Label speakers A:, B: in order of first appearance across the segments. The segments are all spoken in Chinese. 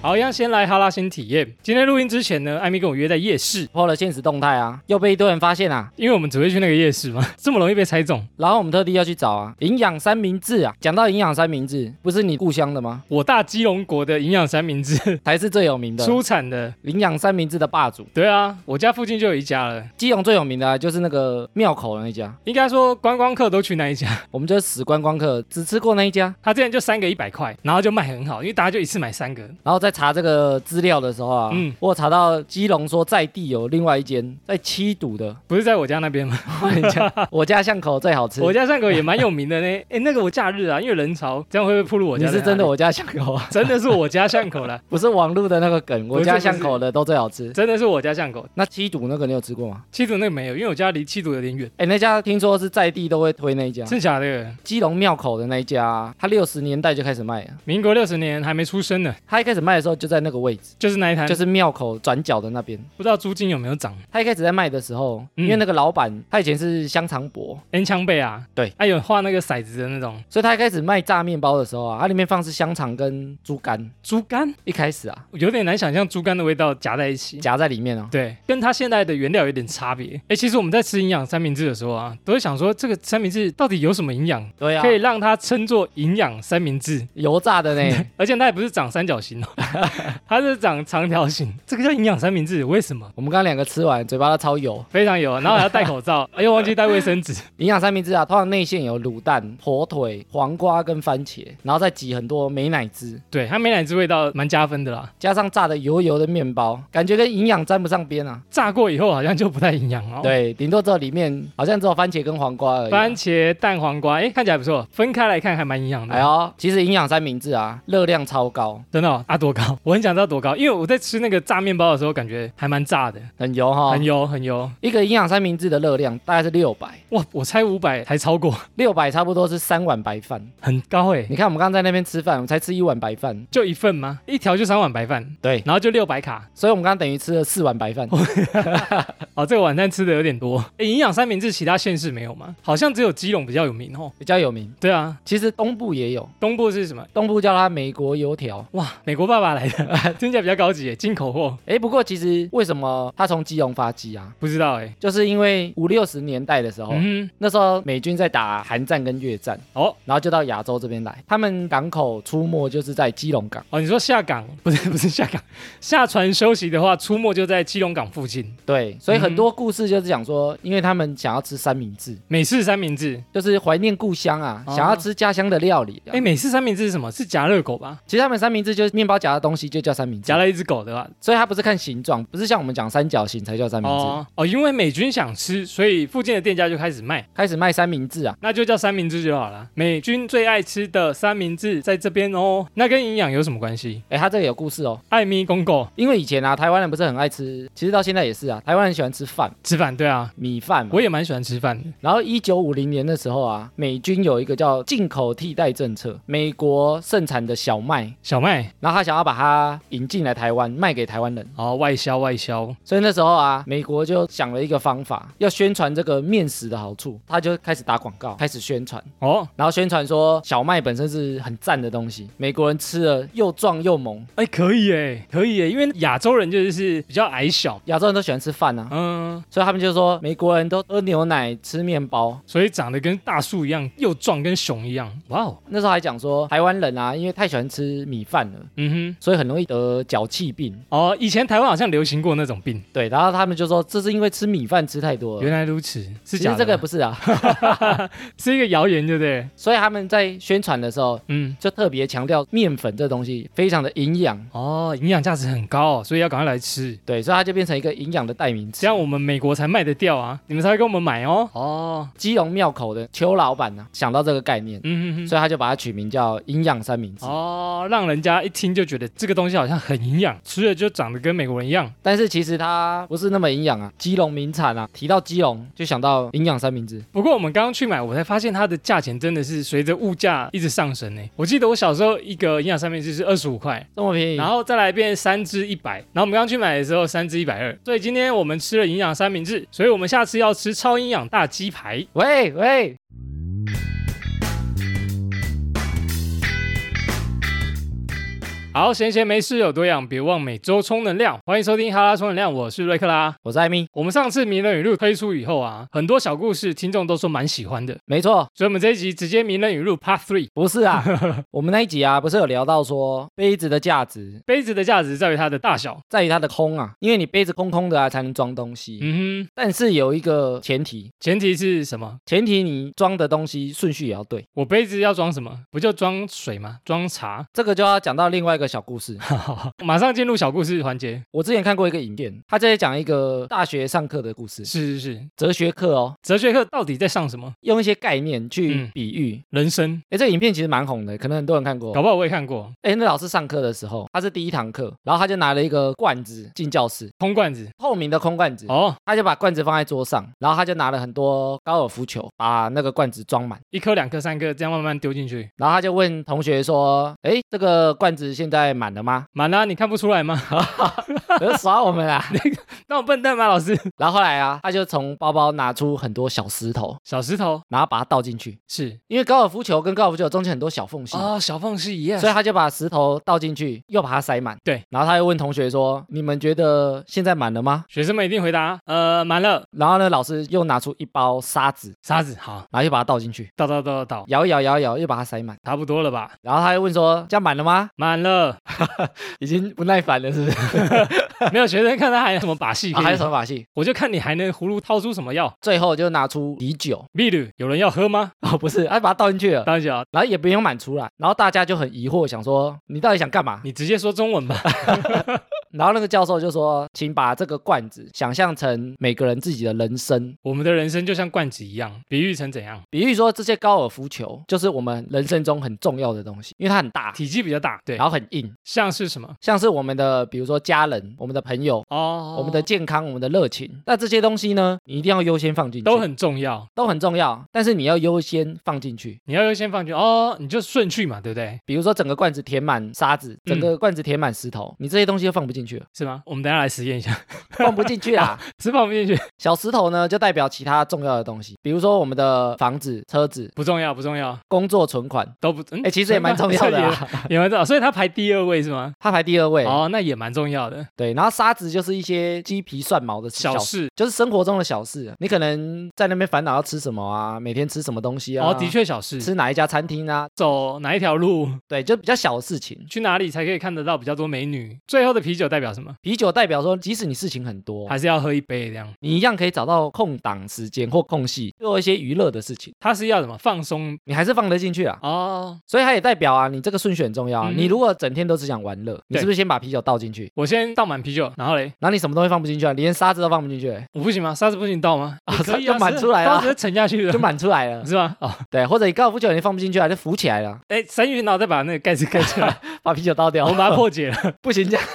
A: 好，一样先来哈拉先体验。今天录音之前呢，艾米跟我约在夜市，
B: 破了现实动态啊，又被一堆人发现啊，
A: 因为我们只会去那个夜市嘛， 这么容易被猜中。
B: 然后我们特地要去找啊，营养三明治啊。讲到营养三明治，不是你故乡的吗？
A: 我大基隆国的营养三明治
B: 才是最有名的，
A: 出产的，
B: 营养三明治的霸主。
A: 对啊，我家附近就有一家了。
B: 基隆最有名的、啊、就是那个庙口的那一家，
A: 应该说观光客都去那一家，
B: 我们就是死观光客，只吃过那一家。
A: 他之前就三个一百块，然后就卖很好，因为大家就一次买三个。
B: 然后在查这个资料的时候啊，
A: 嗯
B: 我有查到基隆说在地有另外一间在七堵的，
A: 不是在我家那边吗？
B: 我跟你讲 我家巷口最好吃。
A: 我家巷口也蛮有名的呢。 哎、那个我假日啊，因为人潮，这样会不会暴露我家？
B: 你是真的，我家巷口 啊，
A: 真的是我家巷口啦，
B: 不是网络的那个梗，
A: 不
B: 我
A: 是
B: 家巷口的都最好吃。
A: 真的是我家巷口。
B: 那七堵那个你有吃过吗？
A: 七堵那个没有，因为我家离七堵有点远。
B: 哎，那家听说是在地都会推那一家，
A: 真假的？
B: 基隆庙口的那一家啊，它六十年代就开始卖了。
A: 民国六十年还没出生呢，
B: 它一开始卖的时候就在那个位置，
A: 就是那一摊，
B: 就是庙口转角的那边。
A: 不知道租金有没有涨。
B: 它一开始在卖的时候，
A: 嗯
B: 因为那个老板他以前是香肠伯，
A: N 枪背啊，
B: 对
A: 哎、有画那个骰子的那种
B: 所以他一开始卖炸面包的时候啊，它里面放是香肠跟猪肝。
A: 猪肝，
B: 一开始啊，
A: 有点难想象猪肝的味道夹在一起。
B: 夹在里面哦。
A: 对，跟它现在的原料有点差别。哎、其实我们在吃营养三明治的时候啊，都会想说这个三明治到底有什么营养，
B: 对啊
A: 可，以让它称作营养三明治？
B: 油炸的呢。
A: 而且它也不是长三角形哦， 它是长长条形。这个叫营养三明治，为什么？
B: 我们刚刚两个吃完，嘴巴都超油。
A: 非常有，然后还要戴口罩，哎呦，忘记带卫生纸。
B: 营养三明治啊，通常内馅有卤蛋、火腿、黄瓜跟番茄，然后再挤很多美乃滋，
A: 对，它美乃滋味道蛮加分的啦。
B: 加上炸的油油的面包，感觉跟营养沾不上边啊。
A: 炸过以后好像就不太营养哦。，
B: 对，顶多只有里面好像只有番茄跟黄瓜而已啊、
A: 番茄、蛋黄瓜，哎，看起来不错，分开来看还蛮营养的。
B: 哎呦，其实营养三明治啊，热量超高，
A: 真的、哦、啊，多高？ 我很想知道多高，因为我在吃那个炸面包的时候，感觉还蛮炸的，
B: 很油哈、
A: 很油很油。
B: 一个营养三明治的热量大概是六百，
A: 哇，我猜五百还超过，
B: 六百差不多是三碗白饭。
A: 很高哎。
B: 你看我们刚刚在那边吃饭，我们才吃一碗白饭，
A: 就一份吗？一条就三碗白饭，
B: 对
A: 然后就六百卡。
B: 所以我们刚刚等于吃了四碗白饭。
A: 哦，这个晚餐吃的有点多。哎，营养三明治其他县市没有吗？好像只有基隆比较有名哦。
B: 比较有名。
A: 对啊，
B: 其实东部也有，
A: 东部是什么？
B: 东部叫它美国油条。
A: 哇，美国爸爸来的， 听起来比较高级耶，进口货。
B: 诶，不过其实为什么它从基隆发迹啊？
A: 不知道哎。
B: 就是因为五六十年代的时候，
A: 嗯哼，
B: 那时候美军在打韩战跟越战，
A: 哦
B: 然后就到亚洲这边来，他们港口出没就是在基隆港。
A: 哦，你说下港 不是不是下港，下船休息的话，出没就在基隆港附近，
B: 对，所以
A: 嗯
B: 很多故事就是讲说，因为他们想要吃三明治，
A: 美式三明治。
B: 就是怀念故乡啊，
A: 哦
B: 想要吃家乡的料理、啊。
A: 哎，美式三明治是什么？是夹热狗吧？
B: 其实他们三明治就是面包夹的东西就叫三明治
A: 夹，了一只狗的话，
B: 所以它不是看形状，不是像我们讲三角形才叫三明治。
A: 哦哦，因为美军想吃，所以附近的店家就开始卖，
B: 开始卖三明治啊，
A: 那就叫三明治就好了。美军最爱吃的三明治在这边哦，那跟营养有什么关系？
B: 哎，它这个有故事哦。
A: 艾米公狗
B: 因为以前啊，台湾人不是很爱吃，其实到现在也是啊，台湾人喜欢吃饭，
A: 吃饭，对啊，
B: 米饭嘛
A: 我。也蛮喜欢吃饭的。
B: 然后一九五零年的时候啊，美军有一个叫进口替代政策，美国盛产的小麦，
A: 小麦
B: 然后他想要把它引进来台湾，卖给台湾人。
A: 哦，外销外销，
B: 所以那时候啊，美国就想了一个方法，要宣传这个面食的好处，他就开始打广告，开始宣传，
A: 哦，
B: 然后宣传说小麦本身是很赞的东西，美国人吃了又壮又萌，
A: 哎，可以哎，可以哎，因为亚洲人就是比较矮小，
B: 亚洲人都喜欢吃饭啊，
A: 嗯，
B: 所以他们就说美国人都喝牛奶吃面包，
A: 所以长得跟大树一样，又壮跟熊一样，哇哦，
B: 那时候还讲说，台湾人啊，因为太喜欢吃米饭了，
A: 嗯哼。
B: 所以很容易得脚气病。
A: 哦，以前台湾好像流行过那种病，
B: 对，然后他们就说这是因为吃米饭吃太多
A: 原
B: 了。
A: 来如此，是
B: 呃其
A: 假的
B: 实这个
A: 吗
B: 不是啊，
A: 是一个谣言，对不对？
B: 所以他们在宣传的时候
A: 嗯，
B: 就特别强调面粉这东西非常的营养，
A: 哦，营养价值很高、哦所以要赶快来吃，
B: 对，所以它就变成一个营养的代名词。
A: 这样我们美国才卖得掉啊，你们才会跟我们买哦。哦，
B: 基隆庙口的邱老板呢、想到这个概念，
A: 嗯哼哼。
B: 所以他就把它取名叫营养三明治。
A: 哦，让人家一听就觉得这个东西好像很营养，吃了就长得跟美国人一样。
B: 但是其实它不是那么营养啊，基隆名产啊，提到基隆就想到营养三明治。
A: 不过我们刚刚去买，我才发现它的价钱真的是随着物价一直上升呢。我记得我小时候一个营养三明治是二十五块，
B: 这么便宜，
A: 然后再来变三支一百，然后我们刚去买的时候三支一百二，所以今天我们吃了营养三明治，所以我们下次要吃超营养大鸡排。
B: 喂喂，
A: 好，闲闲没事有多样，别忘每周充能量。欢迎收听哈拉充能量，我是瑞克啦。
B: 我是艾米，
A: 我们上次《名人语录》推出以后啊，很多小故事听众都说蛮喜欢的，
B: 没错，
A: 所以我们这一集直接《名人语录》Part Three。
B: 不是 啊，我们那一集啊，不是有聊到说杯子的价值
A: 杯子的价值在于它的大小。
B: 在于它的空啊，因为你杯子空空的啊，才能装东西。
A: 嗯哼，
B: 但是有一个前提，
A: 前提是什么？
B: 前提你装的东西顺序也要对。
A: 我杯子要装什么？不就装水吗？装茶。
B: 这个就要讲到另外一个小故事。
A: 马上进入小故事环节。
B: 我之前看过一个影片，他在讲一个大学上课的故事，
A: 是是是，
B: 哲学课哦，
A: 哲学课到底在上什么？
B: 用一些概念去
A: 嗯
B: 比喻。
A: 人生，
B: 哎、这个影片其实蛮红的，可能很多人看过
A: 搞。不好我也看过。
B: 哎，那老师上课的时候，他是第一堂课，然后他就拿了一个罐子进教室，
A: 空罐子。
B: 透明的空罐子，
A: 哦，
B: 他就把罐子放在桌上，然后他就拿了很多高尔夫球，把那个罐子装满。
A: 一颗、两颗、三颗，这样慢慢丢进去。
B: 然后他就问同学说：“哎，这个罐子现在满了吗
A: 满啦、你看不出来吗？？”
B: 啊有耍我们啊！
A: 那我笨蛋吗，老师？
B: 然后后来啊，他就从包包拿出很多小石头，
A: 小石头
B: 然后把它倒进去，
A: 是
B: 因为高尔夫球跟高尔夫球中间很啊多小缝隙，
A: 哦，小缝隙一样
B: 所以他就把石头倒进去，又把它塞满。
A: 对，
B: 然后他又问同学说：“你们觉得现在满了吗
A: 学生们一定回答，呃，满了，？”
B: 然后呢，老师又拿出一包沙子，
A: 沙子，好，
B: 然后又把它倒进去，
A: 倒倒倒倒倒，
B: 摇一摇，摇一摇，又把它塞满。
A: 差不多了吧？
B: 然后他又问说：“这样满了吗
A: 满
B: ？”
A: 了，
B: 已经不耐烦了，是不 是？
A: 没有学生看他还有什么把戏可
B: 啊、
A: 以，
B: 还有什么把戏？
A: 我就看你还能葫芦掏出什么药。
B: 最后就拿出啤酒，
A: 秘鲁，有人要喝吗？
B: 哦，不是，他把它倒进去了。
A: 当然啊，
B: 然后也不用满出来，然后大家就很疑惑，想说你到底想干嘛？
A: 你直接说中文吧。
B: 然后那个教授就说，请把这个罐子想象成每个人自己的人生，
A: 我们的人生就像罐子一样，比喻成怎样？
B: 比喻说这些高尔夫球就是我们人生中很重要的东西，因为它很大，
A: 体积比较大，对
B: 然，后很硬，
A: 像是什么？
B: 像是我们的比如说家人、我们的朋友、
A: 哦，
B: 我们的健康、我们的热情，那这些东西呢，你一定要优先放进去，
A: 都很重要，
B: 都很重要，但是你要优先放进去。
A: 你要优先放进哦，你就顺序嘛，对不对？
B: 比如说整个罐子填满沙子，
A: 嗯
B: 整个罐子填满石头，你这些东西都放不进 去了，
A: 是吗？我们等一下来实验一下，
B: 放不进去啊啦。
A: 是放不进去，
B: 小石头呢，就代表其他重要的东西，比如说我们的房子、车子、
A: 不重要，不重要，
B: 工作、存款。
A: 都不，嗯
B: 哎、其实也蛮重要的、啊，
A: 也蛮 重要，所以它排第二位是吗？
B: 它排第二位。
A: 哦，那也蛮重要的，
B: 对，然后沙子就是一些鸡皮蒜毛的
A: 小
B: 小
A: 事。
B: 就是生活中的小事。啊你可能在那边烦恼要吃什么啊，每天吃什么东西啊？
A: 哦，的，确小事，
B: 吃哪一家餐厅啊？
A: 走哪一条路，
B: 对，就比较小的事情。
A: 去哪里才可以看得到比较多美女。最后的啤酒代表什么？
B: 啤酒代表说，即使你事情很多，
A: 还是要喝一杯这样。
B: 你一样可以找到空档时间或空隙做一些娱乐的事情，
A: 它是要什么放松
B: 你还是放得进去啊。
A: 哦。
B: 所以它也代表啊，你这个顺序很重要啊。
A: 嗯
B: 你如果整天都只想玩乐，你
A: 对
B: 是不是先把啤酒倒进去？
A: 我先倒满啤酒，然后嘞，
B: 然后你什么东西放不进去啊，你连沙子都放不进去、 欸
A: 我不行吗？沙子不行倒吗？
B: 啊
A: 也可以啊
B: 就满
A: 是
B: 出来
A: 倒
B: 了
A: 直接沉下去
B: 就
A: 了，
B: 满出来了。
A: 是吗？哦，
B: 对，或者你高尔夫球你放不进去啊，就浮起来 了，
A: 哎，三元脑再把那个盖子盖 起来，
B: 把啤酒倒掉。
A: 我们把它破解了。
B: 不行这样。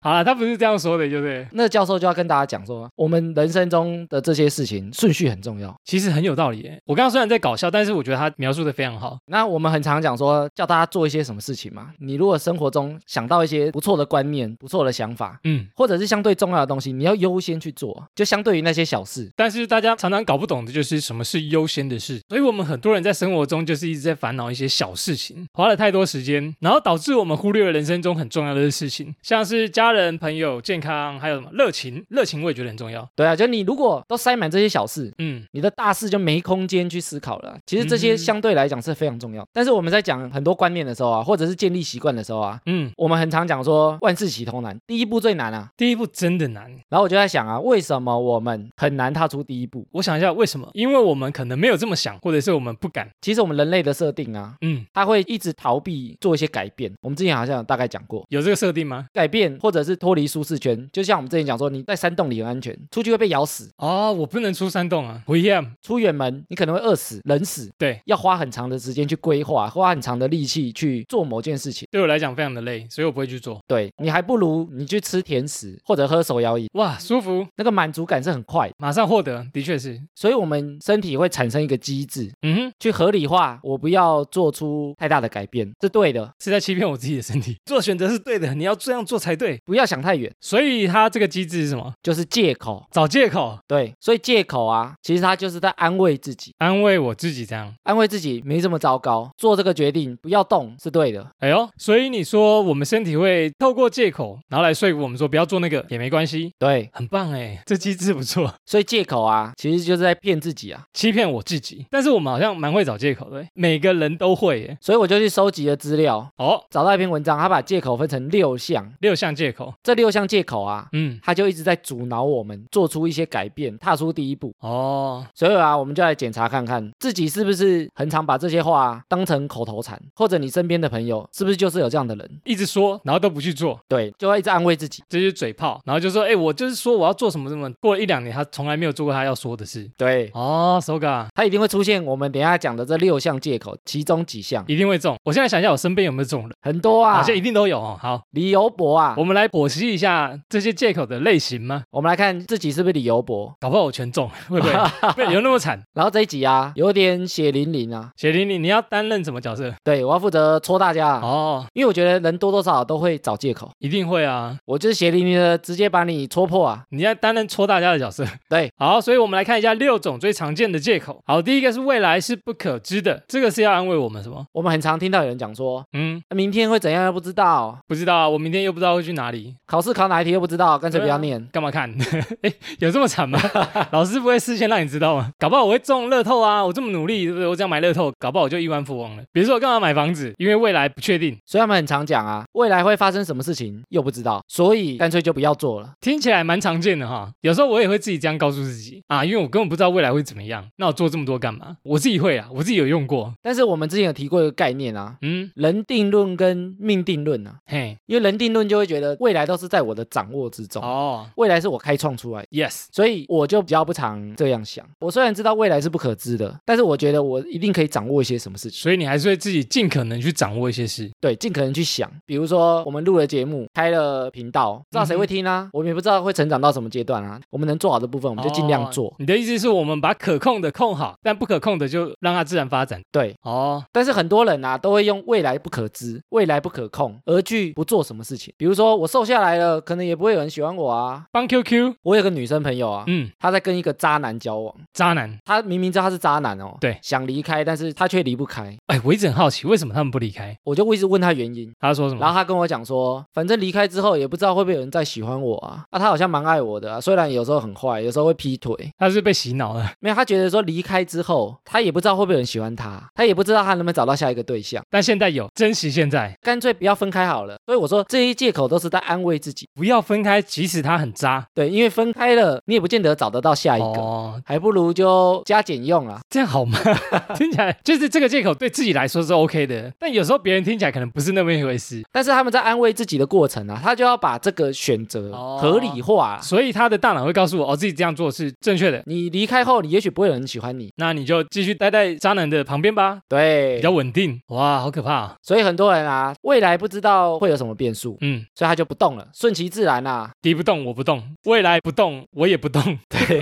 A: 好了，他不是这样说的，对不对？
B: 那个教授就要跟大家讲说，我们人生中的这些事情顺序很重要。
A: 其实很有道理耶。我刚刚虽然在搞笑，但是我觉得他描述的非常好。
B: 那我们很常讲说，叫大家做一些什么事情嘛？你如果生活中想到一些不错的观念、不错的想法，
A: 嗯，
B: 或者是相对重要的东西，你要优先去做，就相对于那些小事。
A: 但是大家常常搞不懂的就是什么是优先的事，所以我们很多人在生活中就是一直在烦恼一些小事情，花了太多时间，然后导致我们忽略了人生中很重要的事情，像是家人、朋友、健康，还有什么热情，热情我也觉得很重要。
B: 对啊，就你如果都塞满这些小事，
A: 嗯，
B: 你的大事就没空间去思考了啊。其实这些
A: 嗯
B: 相对来讲是非常重要，但是我们在讲很多观念的时候啊，或者是建立习惯的时候啊，
A: 嗯，
B: 我们很常讲说万事起头难，第一步最难啊。
A: 第一步真的难。
B: 然后我就在想啊，为什么我们很难踏出第一步？
A: 我想一下为什么？因为我们可能没有这么想，或者是我们不敢。
B: 其实我们人类的设定啊，
A: 嗯，
B: 它会一直逃避做一些改变。我们之前好像有大概讲过，
A: 有这个设定吗？
B: 改变或者是脱离舒适圈，就像我们之前讲说，你在山洞里很安全，出去会被咬死；
A: 哦，我不能出山洞啊，不一样。
B: 出远门你可能会饿死、冷死。
A: 对，
B: 要花很长的时间去规划，花很长的力气去做某件事情。
A: 对我来讲非常的累，所以我不会去做。
B: 对你还不如你去吃甜食或者喝手摇饮，
A: 哇，舒服，
B: 那个满足感是很快的。
A: 马上获得，的确是。
B: 所以我们身体会产生一个机制，
A: 嗯哼，
B: 去合理化我不要做出太大的改变，是对的。
A: 是在欺骗我自己的身体，做选择是对的，你要这样做才对。
B: 不要想太远，
A: 所以它这个机制是什么？
B: 就是借口。
A: 找借口
B: 对，所以借口啊，其实他就是在安慰自己，
A: 安慰我自己这样。
B: 安慰自己没这么糟糕，做这个决定不要动是对的。
A: 哎呦，所以你说我们身体会透过借口，然后来说服我们说不要做那个也没关系，
B: 对，
A: 很棒哎，这机制不错，
B: 所以借口啊，其实就是在骗自己啊。
A: 欺骗我自己。但是我们好像蛮会找借口的，欸每个人都会耶。
B: 所以我就去收集了资料，
A: 哦，
B: 找到一篇文章，他把借口分成六项，
A: 六项借口，
B: 这六项借口啊，
A: 嗯，
B: 他就一直在阻挠我们做出一些改变，踏出第一步。
A: 哦，
B: 所以啊，我们就来检查看看自己是不是很常把这些话啊当成口头禅，或者你身边的朋友是不是就是有这样的人？
A: 一直说，然后都不去做，
B: 对，就会一直安慰自己。
A: 这就是嘴炮，然后就说，哎，我就是说我要做什么什么，过了一两年，他从来没有做过他要说的事。
B: 对，
A: 哦，Soga
B: 他一定会出现我们等一下讲的这六项借口，其中几项
A: 一定会中。我现在想一下，我身边有没有这种人？
B: 很多
A: 好
B: 啊
A: 像。一定都有哦。好，
B: 理由博啊，
A: 我们来剖析一下这些借口的类型吗？
B: 我们来看自己是不是理由博。
A: 搞不好我全中，会不会？被有那么惨？
B: 然后这一集啊，有点血淋淋啊。
A: 雪玲，你你要担任什么角色？
B: 对我要负责戳大家啊，
A: 哦，
B: 因为我觉得人多多少少都会找借口。
A: 一定会啊！
B: 我就是血淋淋的，直接把你戳破啊。
A: 你要担任戳大家的角色。
B: 对，
A: 好，所以我们来看一下六种最常见的借口。好，第一个是未来是不可知的，这个是要安慰我们什么？
B: 我们很常听到有人讲说，
A: 嗯，
B: 啊明天会怎样又不知道，
A: 不知道啊，我明天又不知道会去哪里，
B: 考试考哪一题又不知道，干脆不要念。
A: 干嘛看？ 哎，有这么惨吗？ 老师不会事先让你知道吗？搞不好我会中乐透啊！我这么努力，对不对？我只要买乐透，搞不好我就亿万富翁了。比如说我干嘛买房子？因为未来不确定，
B: 所以他们很常讲啊，未来会发生什么事情又不知道，所以干脆就不要做了。
A: 听起来蛮常见的哈。有时候我也会自己这样告诉自己啊，因为我根本不知道未来会怎么样，那我做这么多干嘛？我自己会啊，我自己有用过。
B: 但是我们之前有提过一个概念啊，
A: 嗯，
B: 人定论跟命定论啊，
A: 嘿，
B: 因为人定论就会觉得未来都是在我的掌握之中，
A: 哦
B: 未来是我开创出来的。
A: ，yes，
B: 所以我就比较不常这样想。我虽然知道未来是不可知的，但是我觉得我一定可以掌握一些什么事情。
A: 所以你还是会自己尽可能去掌握一些事。
B: 对，尽可能去想。比如说，我们录了节目，开了频道，不知道谁
A: 嗯
B: 会听啊？我们也不知道会成长到什么阶段啊。我们能做好的部分，我
A: 我
B: 们就尽量做。
A: 哦你的意思是我们把可控的控好，但不可控的就让它自然发展。
B: 对，
A: 哦，
B: 但是很多人啊，都会用未来不可知、未来不可控而去不做什么事情。比如说，我瘦下来了，可能也不会有人喜欢我啊。
A: 帮 QQ，
B: 我有个女生朋友啊，
A: 嗯，
B: 她在跟一个渣男交往，
A: 渣男。
B: 她明明知道他是渣男哦，
A: 对
B: 想离开，但是她却离不开。
A: 哎，我一直很好奇，为什么他们不离开？
B: 我就一直问她原因，
A: 他说什么？
B: 然后他跟我讲说，反正离开之后也不知道会不会有人再喜欢我啊。啊，他好像蛮爱我的、啊，虽然有时候很坏，有时候会劈腿。
A: 他是被洗脑了，
B: 没有，他觉得说离开之后，他也不知道会不会有人喜欢他，他也不知道他能不能找到下一个对象，
A: 但现在有珍惜现在，
B: 干脆不要分开好了。所以我说这些借口都是在安慰自己，
A: 不要分开，即使他很渣。
B: 对，因为分开了你也不见得找得到下一个，
A: 哦，
B: 还不如就加减用啊。
A: 这样好吗？ 听起来就是这个借口对自己来说是 OK 的，但有时候别人听起来可能不是那么一回事，
B: 但是他们在安慰自己的过程啊，他就要把这个选择
A: 哦
B: 合理化、啊。
A: 所以他的大脑会告诉我，哦，自己这样做是正确的。
B: 你离开后，你也许不会有人喜欢你，
A: 那你就继续待在渣男的旁边吧，比
B: 对
A: 较，稳定。哇，好可怕、啊！
B: 所以很多人啊，未来不知道会有什么变数，
A: 嗯，
B: 所以他就不动了，顺其自然 啊。
A: 敌不动我不动，未来不动我也不动。
B: 对，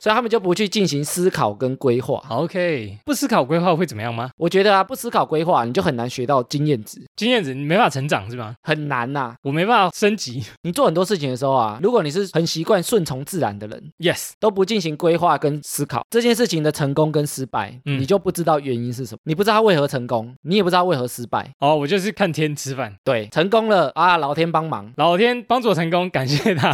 B: 所以他们就不去进行思考跟规划。
A: 好 OK，不思考规划会怎么样吗？
B: 我觉得啊，不思考规划，你就很难学到经验值，
A: 经验值你没办法成长是吗？
B: 很难呐、
A: 我没办法升级。
B: 你做很多事情的时候啊，如果你是很习惯顺从自然的人，
A: Yes，
B: 都不进行规划跟思考这件事情的成功跟失败，
A: 嗯
B: 你就不知道原因是什么，你不知道他为何成功，你也不知道为何失败。
A: 哦，我就是看天吃饭。
B: 对，成功了啊，老天帮忙，
A: 老天帮助我成功，感谢他。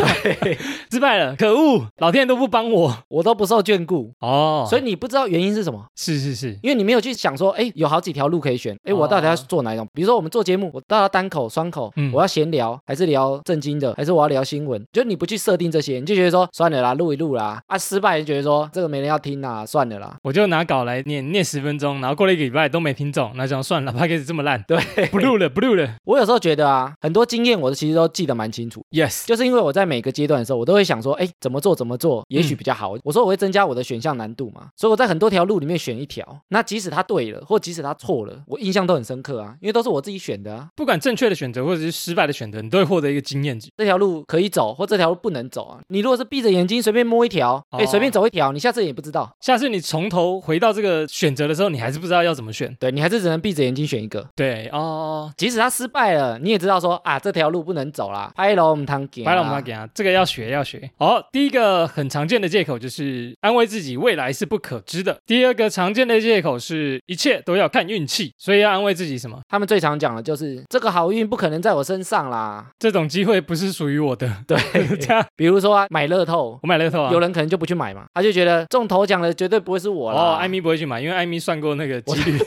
A: 失败了，可恶，老天都不帮我。
B: 我都不受眷顾，
A: 哦，
B: 所以你不知道原因是什么。
A: 是是是，
B: 因为你没有去想说，哎，有好几条路可以选，哎，我到底要
A: 哦
B: 做哪一种？比如说我们做节目，我到底要单口、双口，
A: 嗯
B: 我要闲聊，还是聊正经的，还是我要聊新闻？就你不去设定这些，你就觉得说算了啦，录一录啦，啊，失败就觉得说这个没人要听啦，算了啦，
A: 我就拿稿来念念十分钟，然后过了一个礼拜都没听中，那想算了，p o d c 这么烂，
B: 对。
A: 不录了，不录了。
B: 我有时候觉得啊，很多经验我其实都记得蛮清楚，
A: Yes，
B: 就是因为我在每个阶段的时候，我都会想说，哎，怎么做怎么
A: 嗯
B: 做，也许比较好。我说我会增加我的选项难度嘛，所以我在很多条路里面选一条，那即使它对了，或即使它错了，我印象都很深刻啊，因为都是我自己选的啊。
A: 不管正确的选择或者是失败的选择，你都会获得一个经验值。
B: 这条路可以走，或这条路不能走啊。你如果是闭着眼睛随便摸一条，哎、
A: 哦
B: 随便走一条，你下次也不知道。
A: 下次你从头回到这个选择的时候，你还是不知道要怎么选。
B: 对你还是只能闭着眼睛选一个。
A: 对哦哦，
B: 即使他失败了，你也知道说啊，这条路不能走啦，拍楼我们汤给，
A: 白了我们给啊，这个要学要学。好，第一个很常见的借口就是安慰自己未来是不可知的。第二个常见的借口是一切都要看运气，所以要安慰自己什么？
B: 他们最常讲的就是这个好运不可能在我身上啦。
A: 这种机会不是属于我的。
B: 对，
A: 这样
B: 比如说、啊、买乐透，
A: 我买乐透啊，
B: 有人可能就不去买嘛，他就觉得中头奖的绝对不会是我啦。
A: 哦，艾米不会去买，因为艾米算过那个几率。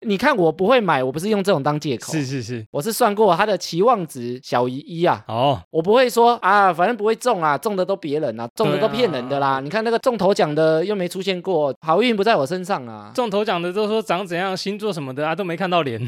B: 你看我不会买，我不是用这种当借口，
A: 是是是。
B: 我是算过他的期望值小于一啊，
A: 哦，
B: 我不会说啊，反正不会中啊，中的都别人啊，中的
A: 对啊
B: 都骗人的啦。你看那个中头奖的又没出现过，好运不在我身上啊。
A: 中头奖的都说长怎样、星座什么的啊，都没看到脸。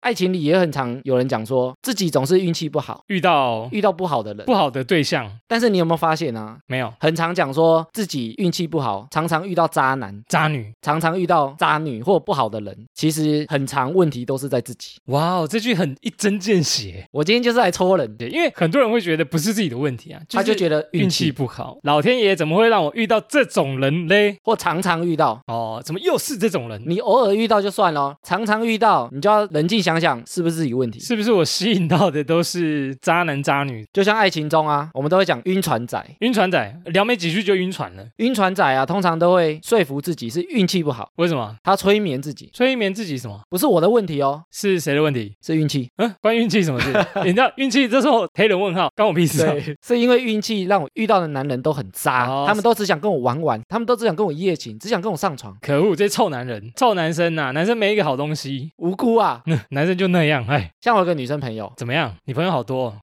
B: 爱情里也很常有人讲说自己总是运气不好，
A: 遇到
B: 遇到不好的人。
A: 不好的对象
B: 但是你有没有发现啊？
A: 没有？
B: 很常讲说自己运气不好，常常遇到渣男，
A: 渣女，
B: 常常遇到渣女或不好的人。其实很常问题都是在自己。
A: 哇哦，这句很一针见血。
B: 我今天就是来戳人，
A: 对，因为很多人会觉得不是自己的问题啊，
B: 他就觉
A: 得
B: 得
A: 运
B: 运
A: 气
B: 气，
A: 不好，老天爷怎么会让我遇到这种人嘞？
B: 或常常遇到。
A: 哦，怎么又是这种人？
B: 你偶尔遇到就算了，常常遇到你就要冷静想想是不是自己问题。
A: 是不是我吸引到的都是渣男渣女？
B: 就像爱情中啊，我们都会讲晕船仔。
A: 晕船仔聊没几句就晕船了，
B: 晕船仔啊，通常都会说服自己是运气不好，
A: 为什么？
B: 他催眠自己，
A: 催眠自己什么？
B: 不是我的问题哦，
A: 是谁的问题？
B: 是运气。
A: 嗯，关运气什么事？你知道运气这时候黑人问号，关我屁事啊！，
B: 是因为运气让我遇到的男人都很渣，
A: 哦
B: 他们都只想跟我玩玩，他们都只想跟我一夜情，只想跟我上床，
A: 可恶，这臭男人，臭男生呐、男生没一个好东西，嗯
B: 无辜啊。
A: 男生就那样，哎，
B: 像我有个女生朋友，
A: 怎么样？你朋友好多哦，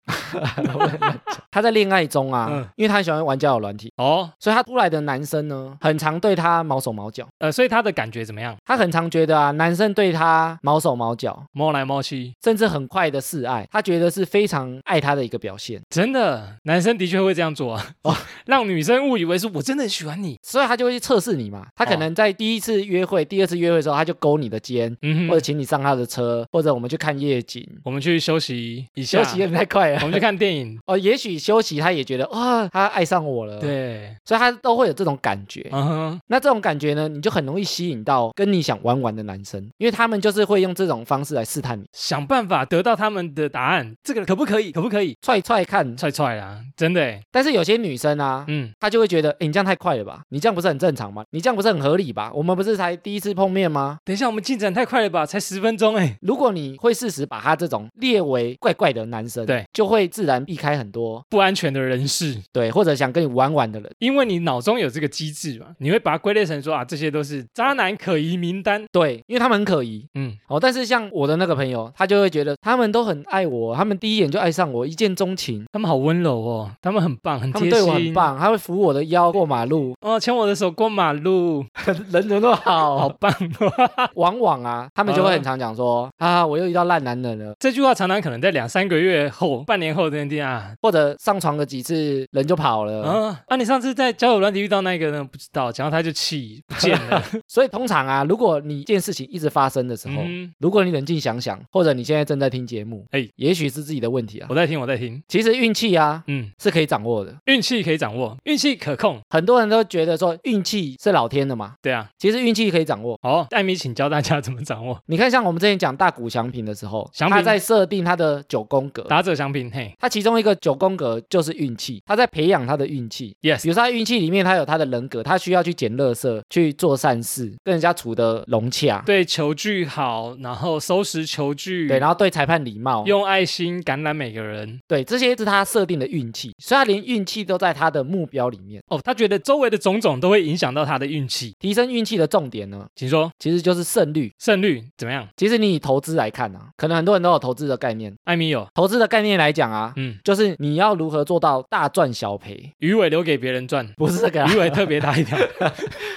B: 她在恋爱中啊，
A: 嗯
B: 因为她很喜欢玩交友软体，
A: 哦
B: 所以她出来的男生呢，很常对她毛手毛脚。
A: 呃，所以他的感觉怎么样？
B: 她很常觉得啊，男生对她毛手毛脚，
A: 摸来摸去，
B: 甚至很快的示爱，她觉得是非常爱他的一个表现。
A: 真的，男生的确会这样做啊，
B: 哦
A: 让女生误以为是我真的很喜欢你，
B: 所以他就会去测试你嘛。他可
A: 哦
B: 能在第一次约会、第二次约会的时候，他就勾你的肩，
A: 嗯
B: 或者
A: 哼，
B: 请你上他的车，或者我们去看夜景。
A: 我们去休息一下，
B: 休息有点太快
A: 我
B: 了。
A: 们去看电影，
B: 哦，也许休息他也觉得哇、他爱上我了，，
A: 对，
B: 所以他都会有这种感觉。
A: 嗯哼，
B: 那这种感觉呢，你就很容易吸引到跟你想玩玩的男生，因为他们就是会用这种方式来试探你，
A: 想办法得到他们的答案，这个可不可以？可不可以？
B: 踹踹看。
A: 踹踹啦，真的欸，
B: 但是有些女生啊，
A: 嗯，
B: 她就会觉得，诶，你这样太快了吧？你这样不是很正常吗？你这样不是很合理吧？我们不是才第一次碰面吗？
A: 等一下，我们进展太快了吧？才十分钟哎，
B: 如果你会适时把他这种列为怪怪的男生，
A: 对，
B: 就会自然避开很多
A: 不安全的人士，
B: 对或者想跟你玩玩的人。
A: 因为你脑中有这个机制嘛，你会把它归类成说啊，这些都是渣男可疑名单，
B: 对，因为他们很可疑
A: 嗯，
B: 哦。但是像我的那个朋友，他就会觉得他们都很爱我，他们第一眼就爱上我，一见钟情，
A: 他们好温柔哦，他们很棒，很
B: 他
A: 贴
B: 们
A: 心，，
B: 对我很棒，他会扶我的腰过马路
A: 哦，牵我的手过马路，
B: 人人都
A: 好
B: 好。
A: 棒哦！
B: 往往啊，他们就会很常讲说啊，我又遇到烂男人了，
A: 这句话常常可能在两三个月后、半年后的那天啊，
B: 或者上床了几次人就跑了。
A: 啊，啊，你上次在交友软体遇到那个呢？不知道，讲到他就 气不见了。
B: 所以通常啊，如果你一件事情一直发生的时候，
A: 嗯，
B: 如果你冷静想想，或者你现在正在听节目，
A: 哎
B: 也许是自己的问题啊
A: 我。在听，我在听。
B: 其实运气啊
A: 嗯，
B: 是可以掌握的，
A: 运气可以掌握，运气可控。
B: 很多人都觉得说运气是老天的嘛，
A: 对啊，
B: 其实运气可以掌握。
A: 好，艾米，请教大家怎么掌握
B: 你看，像我们之前讲大谷翔平的时候，
A: 翔
B: 他
A: 平
B: 在设定他的九宫格，
A: 打者相拼。嘿
B: 他其中一个九宫格就是运气，他在培养他的运气。比
A: ，yes，
B: 如说他运气里面，他有他的人格，他需要去捡垃圾，去做善事，跟人家处的融洽，
A: 对球具好，然后收拾球具，
B: 对，然后对裁判礼貌，
A: 用爱心感染每个人。
B: 对，这些是他设定的运气，所以他连运气都在他的目标里面。
A: 哦，他觉得周围的种种都会影响到他的运气。
B: 提升运气的重点呢，
A: 请说，
B: 其实就是胜率。
A: 胜率怎么样？
B: 其实你以投资来看啊，可能很多人都有投资的概念。
A: 艾米有，
B: 投资的概念来讲啊，
A: 嗯，
B: 就是你要如何做到大赚小赔，
A: 鱼尾留给别人赚，
B: 不是这个、啊
A: 鱼，尾特别大一条，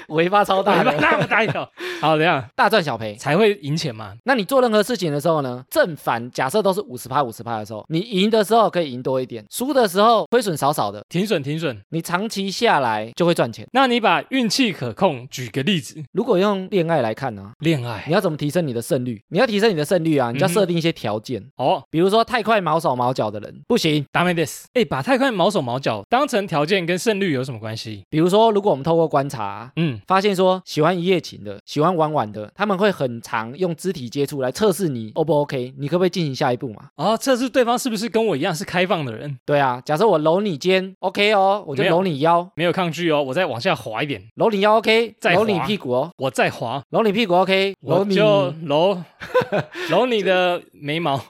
B: 尾巴超 大
A: 尾巴
B: 的，
A: 那么大一条。好，等一下
B: 大赚小赔。
A: 才会赢钱嘛。
B: 那你做任何事情的时候呢，正反假设都是五十趴五十趴的时候，你赢的时候可以赢多一点，输的时候亏损少少的，
A: 停损，停损。
B: 你长期下来就会赚钱。
A: 那你把运气可控举个例子，
B: 如果用恋爱来看呢、
A: 恋
B: 你
A: 爱
B: 要怎么啊提升你的胜率？你要提升你的胜率啊，你就要设定一些条件，
A: 哦，
B: 比如说太快毛手毛脚的人，人，不行。
A: 达梅 this，哎，把太快毛手毛脚当成条件跟胜率有什么关系？
B: 比如说，如果我们透过观察。啊
A: 嗯，
B: 发现说喜欢一夜情的，喜欢玩玩的，他们会很常用肢体接触来测试你 O 不 OK，你可不可以进行下一步嘛？
A: 哦，测试对方是不是跟我一样是开放的人，
B: 对啊，假设我搂你肩 OK 哦，我就
A: 没有
B: 搂你腰，
A: 没有抗拒哦。我再往下滑一点，
B: 搂你腰 OK，
A: 再
B: 搂你
A: 滑
B: 屁股哦，
A: 我再滑，
B: 搂你屁股 OK，
A: 我
B: 搂你
A: 就 揉揉你的眉毛，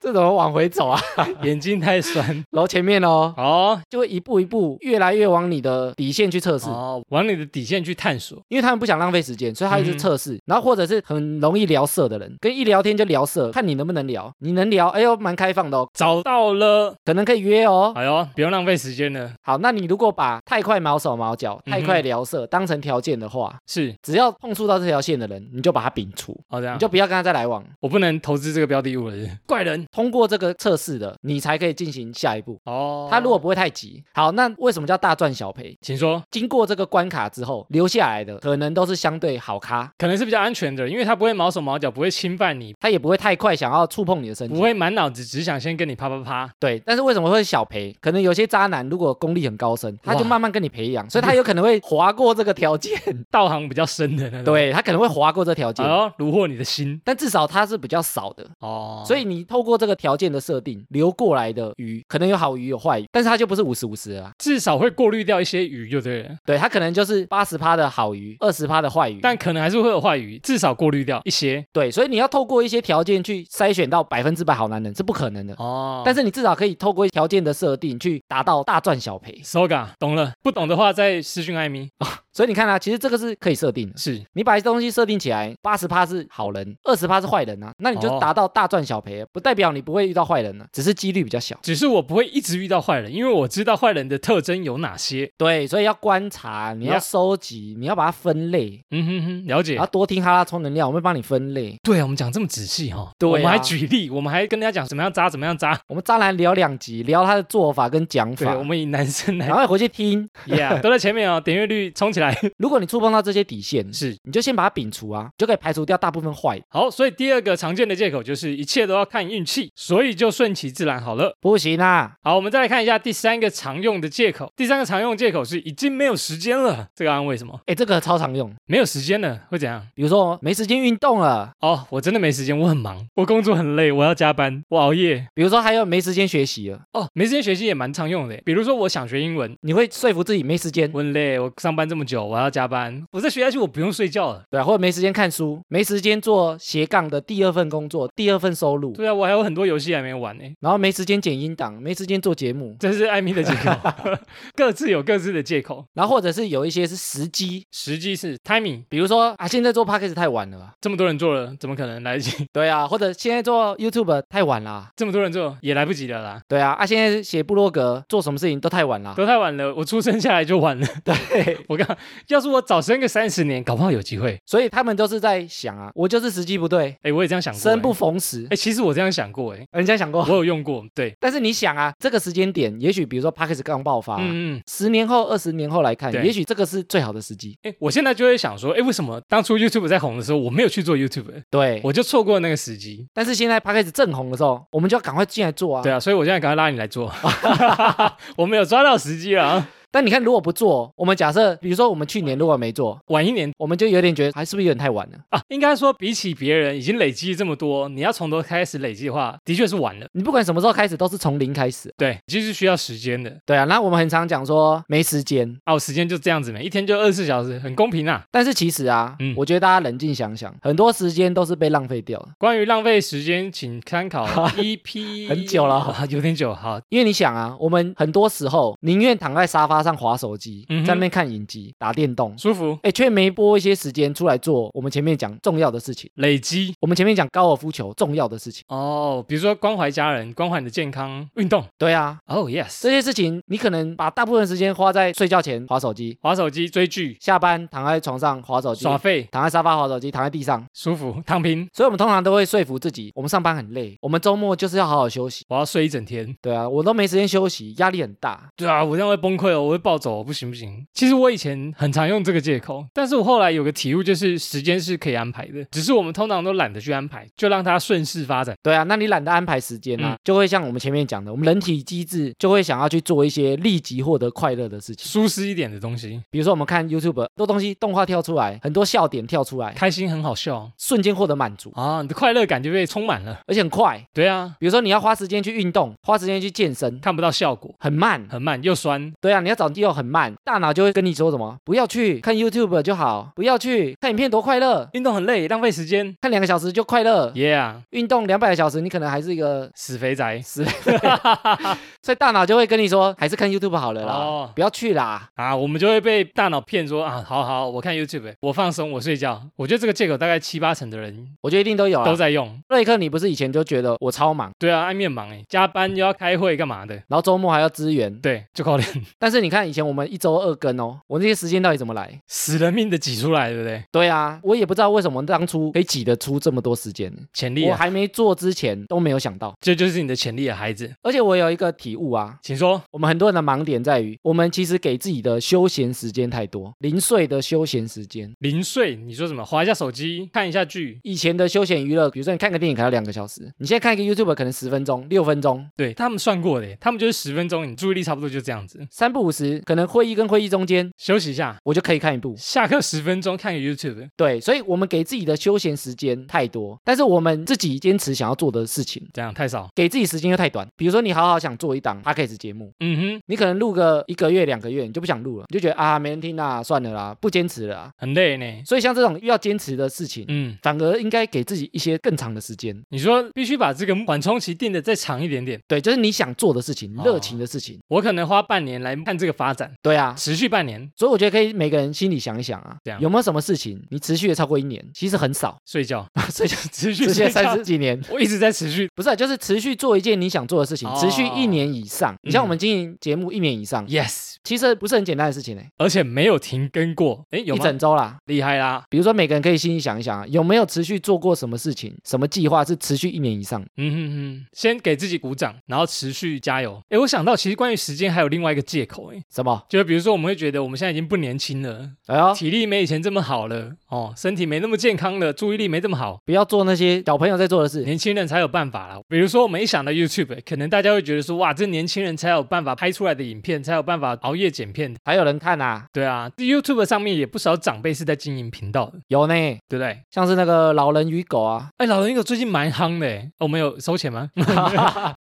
B: 这怎么往回走啊？
A: 眼睛太酸。
B: 搂前面哦，
A: 哦
B: 就会一步一步越来越往你的底线去测试。
A: 哦，往你的底线去探索。
B: 因为他们不想浪费时间，所以他一直
A: 嗯
B: 测试，然后或者是很容易聊色的人，跟一聊天就聊色，看你能不能聊，你能聊，哎呦，蛮开放的哦，
A: 找到了，
B: 可能可以约哦。
A: 哎呦，不用浪费时间了。
B: 好，那你如果把太快毛手毛脚、
A: 嗯哼
B: 太快聊色当成条件的话，
A: 是，
B: 只要碰触到这条线的人，你就把他摒除，
A: 哦这样
B: 你，就不要跟他再来往。
A: 我不能投资这个标的物了，是不是怪人。
B: 通过这个测试的，你才可以进行下一步。
A: 哦，
B: 他如果不会太急，好，那为什么叫大赚小赔？
A: 请说，
B: 经过这个关卡之后，留下来的可能都是相对好咖，
A: 可能是比较安全的，因为他不会毛手毛脚，不会侵犯你，
B: 他也不会太快想要触碰你的身体，
A: 不会满脑子只想先跟你啪啪啪。
B: 对，但是为什么会小赔？可能有些渣男如果功力很高深，他就
A: 哇
B: 慢慢跟你培养，所以他有可能会划过这个条 件，
A: 道行比较深的那种。，
B: 对他可能会划过这条件
A: 哎，呦，虏获你的心
B: 但至少他是比较少的。
A: 哦。
B: 所以你透过这个条件的设定，流过来的鱼可能有好鱼有坏鱼，但是它就不是五十五十啊，
A: 至少会过滤掉一些鱼，就对了。
B: 对，它可能就是八十趴的好鱼，二十趴的坏鱼，
A: 但可能还是会有坏鱼，至少过滤掉一些
B: 对，所以你要透过一些条件去筛选到百分之百好男人是不可能的，
A: 哦
B: 但
A: 是
B: 是你至少可以透过条件的设定去达到大赚小赔。
A: Soga 懂了，不懂的话再私讯艾米。
B: 所以你看啊，其实这个是可以设定的。
A: 是
B: 你把东西设定起来，八十趴是好人，二十趴是坏人啊，那你就
A: 哦
B: 达到大赚小赔，啊不代表你不会遇到坏人呢、啊，只是几率比较小。
A: 只是我不会一直遇到坏人，因为我知道坏人的特征有哪些。
B: 对，所以要观察，你要
A: Yeah
B: 收集，你要把它分类，
A: 嗯哼哼，了解。
B: 然后多听哈拉充能量，我们会帮你分类。
A: 对啊，我们讲这么仔细哈、哦，
B: 对啊
A: 我们还举例，我们还跟大家讲怎么样扎，怎么样扎。
B: 我们渣男聊两集，聊他的做法跟讲
A: 对，
B: 法
A: 我，们以男生来
B: 然后回去听。
A: ，Yeah，都在前面哦，点阅率冲起来
B: 如果你触碰到这些底线，
A: 是。
B: 你就先把它摒除啊，你就可以排除掉大部分坏的。
A: 好，所以第二个常见的借口就是一切都要看运气，所以就顺其自然好了。
B: 不行啊，
A: 好，我们再来看一下第三个常用的借口。第三个常用借口是已经没有时间了。这个安慰什么？
B: 哎，这个超常用。
A: 没有时间了会怎样？
B: 比如说没时间运动了，
A: 哦，我真的没时间，我很忙，我工作很累，我要加班，我熬夜。
B: 比如说还有没时间学习了，
A: 哦，没时间学习也蛮常用的耶。比如说，我想学英文，
B: 你会说服自己没时间，
A: 我很累，我上班这么久，我要加班，我再学下去我不用睡觉了。
B: 对啊，或者没时间看书，没时间做斜杠的第二份工作、第二份收入，
A: 对啊，我还有很多游戏还没玩呢。
B: 然后没时间剪音档，没时间做节目，
A: 这是艾米的借口，各自有各自的借口。
B: 然后或者是有一些是时机，
A: 实际是 timing，
B: 比如说啊，现在做 podcast 太晚了啊，
A: 这么多人做了，怎么可能来得及？
B: 对啊，或者现在做 YouTube 太晚啦，
A: 这么多人做也来不及了啦，
B: 对啊，啊，现在写部落格做什么事情都太晚啦，
A: 都太晚了，我出生下来就晚了。
B: 对，
A: 我刚要是我早生个三十年，搞不好有机会。
B: 所以他们都是在想啊，我就是时机不对，
A: 哎，我也这样想过。
B: 生不
A: 哎，
B: 逢时，
A: 哎，其实我这样想过，哎，
B: 人家想过，
A: 我有用过。对，
B: 但是你想啊，这个时间点，也许比如说 podcast 刚爆发啊、
A: 嗯嗯。
B: 十年后、二十年后来看，
A: 对
B: 也许这个是最好的时机。
A: 哎，我现在就会想说，哎，为什么当初 YouTube 在红的时候，我没有去做 YouTube，
B: 对，
A: 我就错过那个时机？
B: 但是现在 p a c k a g e 正红的时候，我们就要赶快进来做啊。
A: 对啊，所以我现在赶快拉你来 做，我没有抓到时机了啊，
B: 但你看，如果不做，我们假设，比如说我们去年如果没做，
A: 晚一年
B: 我们就有点觉得还是不是有点太晚了？
A: 啊，应该说比起别人已经累积这么多，你要从头开始累积的话，的确是晚了。
B: 你不管什么时候开始，都是从零开始。
A: 对，其实是需要时间的
B: 对啊，那我们很常讲说没时间，
A: 啊，我时间就这样子嘛，一天就二十四小时，很公平啊。
B: 但是其实啊，
A: 嗯
B: 我觉得大家冷静想想，很多时间都是被浪费掉的。
A: 关于浪费时间，请参考 EP
B: 很久了
A: 啊 有点久。好，
B: 因为你想啊，我们很多时候宁愿躺在沙发上划手机，
A: 嗯哼
B: 在那边看影集、打电动，
A: 舒服，
B: 哎，却没拨一些时间出来做我们前面讲重要的事情。
A: 累积
B: 我们前面讲高尔夫球重要的事情，
A: 哦，比如说关怀家人，关怀你的健康，运动。
B: 对啊，
A: 哦、yes，
B: 这些事情你可能把大部分时间花在睡觉前划手机，
A: 滑手机、追剧、
B: 下班躺在床上划手机，
A: 耍废，
B: 躺在沙发划手机，躺在地上。
A: 舒服，躺平。
B: 所以我们通常都会说服自己，我们上班很累，我们周末就是要好好休息。
A: 我要睡一整天。
B: 对啊，我都没时间休息，压力很大。
A: 对啊，我这样会崩溃哦，我会暴走，不行不行。其实我以前很常用这个借口，但是我后来有个体悟，就是时间是可以安排的，只是我们通常都懒得去安排，就让它顺势发展。
B: 对啊，那你懒得安排时间啊，
A: 嗯
B: 就会像我们前面讲的，我们人体机制就会想要去做一些立即获得快乐的事情。
A: 舒适一点的东西，
B: 比如说，我们看 YouTube，很多东西动画跳出来，很多笑点跳出来，
A: 开心很好笑哦
B: 瞬间获得满足，
A: 啊，你的快乐感就被充满了。
B: 而且很快。
A: 对啊，
B: 比如说，你要花时间去运动，花时间去健身，
A: 看不到效果，
B: 很慢。
A: 很慢又酸。
B: 对啊，你要找肌肉很慢，大脑就会跟你说什么：不要去看 YouTube 就好，不要去看影片多快乐，
A: 运动很累，浪费时间。
B: 看两个小时就快乐。
A: Yeah，
B: 运动两百个小时，你可能还是一个
A: 死肥宅
B: 死， 所以大脑就会跟你说，还是看 YouTube 好了啦，
A: 哦
B: 不要去啦。
A: 啊，我们就会被大脑骗说啊，好好，我看 YouTube，我放松，我睡觉。我觉得这个借口大概七八成的人
B: 我觉得一定都有
A: 都
B: 啦。
A: 在用。
B: 瑞克，你不是以前就觉得我超忙，
A: 对啊，爱面忙哎，加班又要开会干嘛的？
B: 然后周末还要支援，
A: 对，就靠脸
B: 但是你看以前我们一周二更哦，我那些时间到底怎么来？
A: 死人命的挤出来，对不对？
B: 对啊，我也不知道为什么当初可以挤得出这么多时间，
A: 潜力
B: 我
A: 啊，
B: 还没做之前都没有想到。
A: 这就是你的潜力啊，孩子，
B: 而且我有一个体悟啊，
A: 请说。
B: 我们很多人的盲点在于，我们其实给自己的休闲时间太多，零碎的休闲时间。
A: 零碎，你说什么？划一下手机，看一下剧，
B: 以前的休闲娱乐，比如说你看个电影可能要两个小时，你现在看一个 YouTube 可能十分钟、六分钟，
A: 对他们算过的，他们就是十分钟，你注意力差不多就这样子，
B: 三不五时，可能会议跟会议中间，
A: 休息一下，
B: 我就可以看一部。
A: 下课十分钟看个 YouTube，
B: 对，所以我们给自己的休闲时间太多，但是我们自己坚持想要做的事情，
A: 这样太少。
B: 给自己时间又太短。比如说你好好想做一档 podcast 节目，
A: 嗯哼，
B: 你可能录个一个月、两个月，你就不想录了，你就觉得啊没人听啦、算了啦，不坚持了啦。
A: 很累呢。
B: 所以像这种又要坚持的事情，
A: 嗯，
B: 反而应该给自己一些更长的时间。
A: 你说必须把这个缓冲期定的再长一点点。
B: 对，就是你想做的事情、热情
A: 哦
B: 的事情。
A: 我可能花半年来看这个发展，
B: 对啊，
A: 持续半年
B: 所以我觉得可以每个人心里想一想啊
A: 这，样
B: 有没有什么事情你持续的超过一年？其实很少，
A: 睡觉，
B: 所以就
A: 持续
B: 持续
A: 睡觉
B: 三十几年。
A: 我一直在持续。
B: 不是啊、就是持续做一件你想做的事情，
A: 哦嗯
B: 持续一年以上。你像我们经营节目一年以上，
A: Yes，
B: 其实不是很简单的事情呢、
A: 而且没有停更过，哎，有
B: 一
A: 吗？
B: 整周啦。
A: 厉害啦，
B: 比如说，每个人可以心里想一想啊，有没有持续做过什么事情、什么计划是持续一年以上？
A: 嗯哼哼，先给自己鼓掌，然后持续加油。哎，我想到其实关于时间还有另外一个借口，哎，
B: 什么？
A: 就是比如说我们会觉得我们现在已经不年轻了，
B: 哎呦，
A: 体力没以前这么好了，哦，身体没那么健康了，注意力没这么好，
B: 不要做那些小朋友在做的事。
A: 年轻人才有办法啦。比如说我们一想到 YouTube，可能大家会觉得说，哇，这年轻人才有办法拍出来的影片，才有办法熬夜剪片。
B: 还有人看啊，
A: 对啊，YouTube 上面也不少长辈是在经营频道的，
B: 有呢，
A: 对不对？
B: 像是那个老人与狗啊，
A: 哎，老人一个最近蛮夯的诶，我们有收钱吗？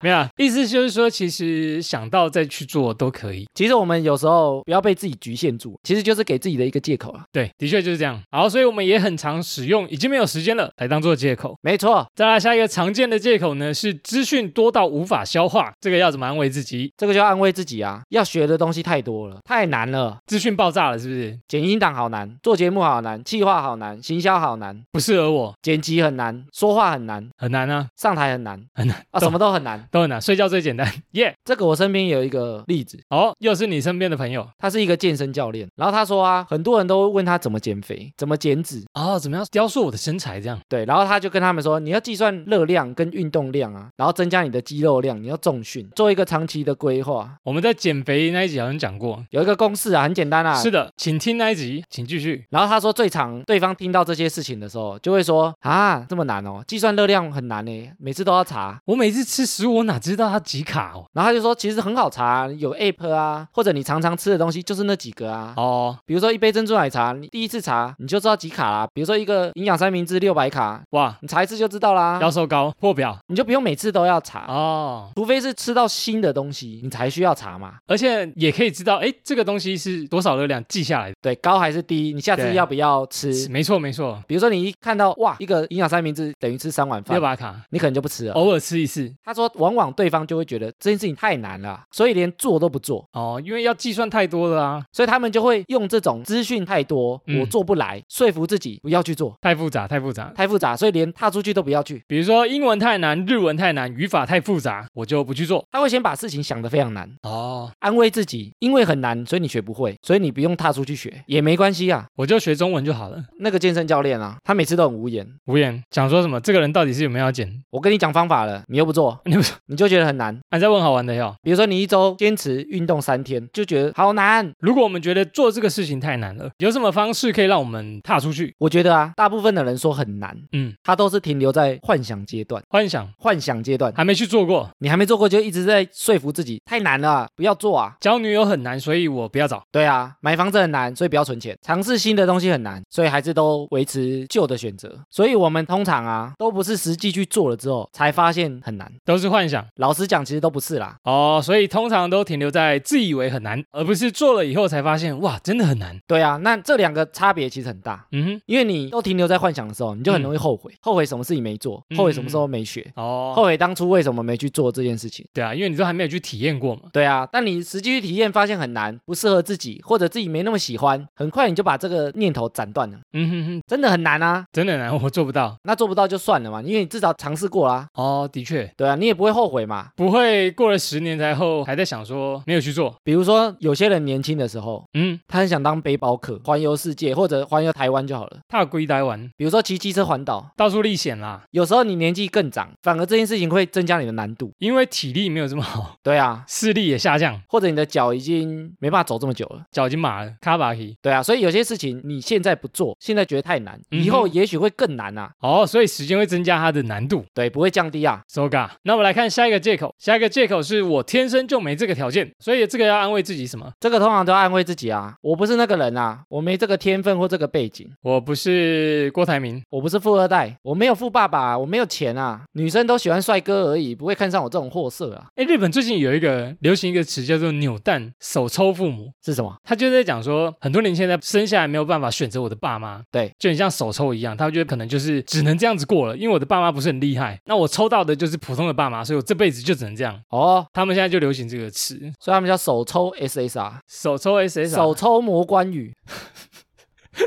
A: 没有啊，意思就是说，其实想到再去做都可以。
B: 其实我们有时候不要被自己局限住，其实就是给自己的一个借口啊。
A: 对，的确就是这样。好，所以我们也很常使用已经没有时间了来当做借口。
B: 没错，
A: 再来下一个常见的借口呢，是资讯多到无法消化，这个要怎么安慰自己？
B: 这个就要安慰自己啊，要学的东西太多了，太难了，
A: 资讯爆炸了是不是？
B: 剪音档好难，做节目好难，企划好难，行销好难，
A: 不适合我，
B: 剪辑很难，说话很难，
A: 很难啊，
B: 上台很难，
A: 很难
B: 啊，
A: 都
B: 什么都很难。
A: 都很难。睡觉最简单，耶、
B: 这个我身边有一个例子，
A: 哦，又是你身边的朋友
B: 他是一个健身教练，然后他说啊，很多人都问他怎么减肥，怎么减脂，
A: 哦，怎么样雕塑我的身材这样？
B: 对，然后他就跟他们说，你要计算热量跟运动量啊，然后增加你的肌肉量，你要重训，做一个长期的规划。
A: 我们在减肥那一集好像讲过，
B: 有一个公式啊，很简单啊，
A: 是的，请听那一集，请继续。
B: 然后他说，最常对方听到这些事情的时候，就会说啊，这么难哦，计算热量很难呢，每次都要查。
A: 我每次吃食物，我哪知道它几卡哦？
B: 然后他就说，其实很好查，有 app 啊，或者你常常吃的东西就是那几个啊。
A: 哦，
B: 比如说一杯珍珠奶茶，你第一次查你就知道几卡啦。比如说一个营养三明治六百卡，
A: 哇，
B: 你查一次就知道啦，
A: 腰瘦高破表
B: 你就不用每次都要查，
A: 哦，
B: 除非是吃到新的东西，你才需要查嘛。
A: 而且也可以知道，哎，这个东西是多少热量记下来的。
B: 对，高还是低，你下次
A: 对
B: 要不要吃？
A: 没错没错，
B: 比如说你一看到哇，一个营养三明治等于吃三碗
A: 六哦
B: 饭，
A: 把卡，
B: 你可能就不吃了。
A: 偶尔吃一次
B: 他说，往往对方就会觉得这件事情太难了，所以连做都不做，
A: 哦，因为要计算太多了啊。
B: 所以他们就会用这种资讯太多，
A: 嗯
B: 我做不来，说服自己不要去做，
A: 太复杂，太复杂了。
B: 太复杂，所以连踏出去都不要去。
A: 比如说英文太难，日文太难，语法太复杂，我就不去做。
B: 他会先把事情想得非常难，
A: 哦，
B: 安慰自己，因为很难，所以你学不会，所以你不用踏出去学也没关系啊。
A: 我就学中文就好了。
B: 那个健身教练啊，他每次都很无言。
A: 无言想说什么？这个人到底是有没有要减？
B: 我跟你讲方法了，你又不做，
A: 你不是
B: 你就觉得很难。
A: 还在问好玩的哟？
B: 比如说你一周坚持运动三天，就觉得好难。
A: 如果我们觉得做这个事情太难了，有什么方式可以让我们踏出去？
B: 我觉得啊，大部分的人说很难，
A: 嗯，
B: 他都是停留在幻想阶段。
A: 幻想
B: 幻想阶段，
A: 还没去做过，
B: 你还没做过，就一直在说服自己太难了啊，不要做啊。
A: 交女友很难，所以我不要找。
B: 对啊，买房子很难，所以不要存钱。尝试新的东西很难，所以还是都维持旧的选择。所以我们通常啊，都不是实际去做了之后才发现很难。
A: 都是幻想
B: 老实讲，其实都不是啦。
A: 哦，所以通常都停留在自以为很难，而不是做了以后才发现，哇，真的很难。
B: 对啊，那这两个差别其实很大。
A: 嗯
B: 因为你都停留在幻想的时候，你就很容易后悔，后悔什么事情没做，
A: 嗯
B: 后悔什么时候没学，
A: 哼，哦，
B: 后悔当初为什么没去做这件事情。
A: 对啊，因为你都还没有去体验过嘛。
B: 对啊，但你实际去体验，发现很难，不适合自己，或者自己没那么喜欢，很快你就把这个念头斩断了，
A: 嗯哼哼，
B: 真的很难啊。
A: 真的难，我做不到。
B: 那做不到就算了嘛，因为你至少尝试过啦、
A: 哦，的确。
B: 对啊，你也不会后悔嘛。
A: 不会过了十年才后还在想说没有去做，
B: 比如说，有些人年轻的时候，
A: 嗯，
B: 他很想当背包客，环游世界或者环游台湾就好了。
A: 踏龟呆玩，
B: 比如说骑机车环岛，
A: 到处历险啦，
B: 有时候你年纪更长，反而这件事情会增加你的难度。
A: 因为体力没有这么好，
B: 对啊，
A: 视力也下降，
B: 或者你的脚已经没办法走这么久了。
A: 脚已经麻了，卡巴提。
B: 对啊，所以有些事情你现在不做，现在觉得太难，
A: 嗯哼
B: 以后也许会更难啊。
A: 哦，所以时间会增加它的难度。
B: 对，不会降低啊。
A: So ga，那我们来看下一个借口。下一个借口是我天生就没这个条件，所以这个要安慰自己什么？
B: 这个通常都要安慰自己啊，我不是那个人啊，我没这个天分或这个背景，
A: 我不是郭台铭，
B: 我不是富二代，我没有富爸爸啊、我没有钱啊，女生都喜欢帅哥而已，不会看上我这种货色啊。
A: 哎，日本最近有一个流行一个词叫做“扭蛋手抽父母
B: 是什么？”，
A: 他就在讲说，很多年现在生下来没有办法选择我的爸妈，
B: 对，
A: 就很像手抽一样，他觉得可能就是只能这样子过了，因为我的爸妈不是很厉害，那我抽到的就是普通的爸妈，所以我这辈子就只能这样。
B: 哦，
A: 他们现在就流行这个词，
B: 所以他们叫手抽 SSR，
A: 手抽 SS，
B: 手抽魔关 羽，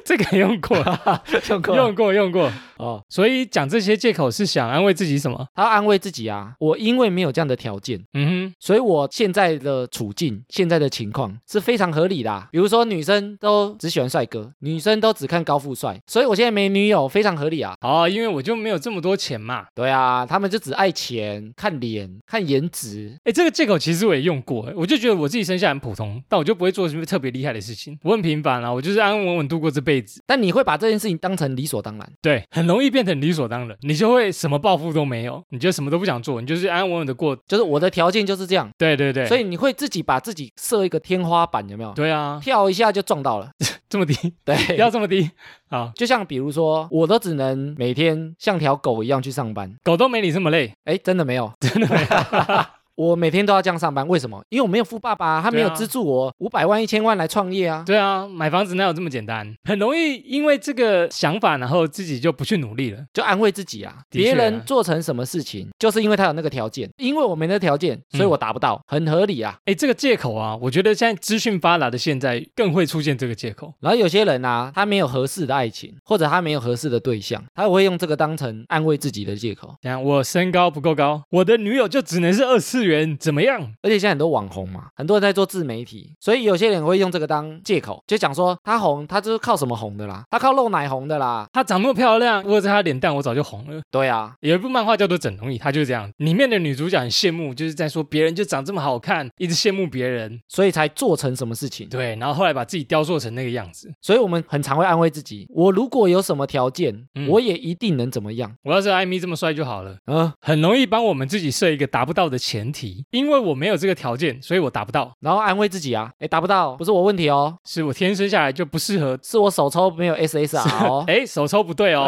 A: 这个用 过，
B: 用
A: 用过，用过。
B: 哦，
A: 所以讲这些借口是想安慰自己什么？
B: 他要安慰自己啊，我因为没有这样的条件，
A: 嗯
B: 所以我现在的处境、现在的情况是非常合理的、啊。比如说，女生都只喜欢帅哥，女生都只看高富帅，所以我现在没女友非常合理啊。
A: 哼，哦，因为我就没有这么多钱嘛。
B: 对啊，他们就只爱钱、看脸、看颜值。
A: 哎，这个借口其实我也用过，诶我就觉得我自己生下来很普通，但我就不会做什么特别厉害的事情，我很平凡啊，我就是安安稳稳度过这辈子。
B: 但你会把这件事情当成理所当然，
A: 对，很容易变成理所当然，你就会什么抱负都没有，你就什么都不想做，你就是安安稳稳的过。
B: 就是我的条件就是这样，
A: 对对对，
B: 所以你会自己把自己设一个天花板，有没有？
A: 对啊，
B: 跳一下就 撞到了。
A: 这么低，
B: 对，
A: 不要这么低。好，
B: 就像比如说，我都只能每天像条狗一样去上班。
A: 狗都没你这么累，
B: 哎，真的没有，真的没有。 我每天都要这样上班，为什么？因为我没有富爸爸、他没有
A: 对啊
B: 资助我五百万、一千万来创业啊。
A: 对啊，买房子哪有这么简单？很容易因为这个想法，然后自己就不去努力了。
B: 就安慰自己啊，
A: 的确啊
B: 别人做成什么事情，就是因为他有那个条件，因为我没那个条件，所以我达不到，很合理啊。
A: 哎，这个借口啊，我觉得现在资讯发达的现在更会出现这个借口。
B: 然后有些人啊，他没有合适的爱情，或者他没有合适的对象，他会用这个当成安慰自己的借口。
A: 怎样？我身高不够高，我的女友就只能是二次元，怎么样？
B: 而且现在很多网红嘛，很多人在做自媒体，所以有些人会用这个当借口，就讲说他红，他就是靠什么红的啦，他靠露奶红的啦。
A: 她长那么漂亮，如果是她脸蛋，我早就红了。
B: 对啊，
A: 有一部漫画叫做《整容医》，她就是这样。里面的女主角很羡慕，就是在说别人就长这么好看，一直羡慕别人。
B: 所以才做成什么事情。
A: 对，然后后来把自己雕塑成那个样子。
B: 所以我们很常会安慰自己：我如果有什么条件，
A: 嗯
B: 我也一定能怎么样。
A: 我要是艾米这么帅就好了。
B: 嗯，
A: 很容易帮我们自己设一个达不到的前提，因为我没有这个条件，所以我达不到，
B: 然后安慰自己啊，哎，达不到不是我问题哦，
A: 是我天生下来就不适合。
B: 是我手抽没有 SSR 哦，
A: 哎，手抽不对哦，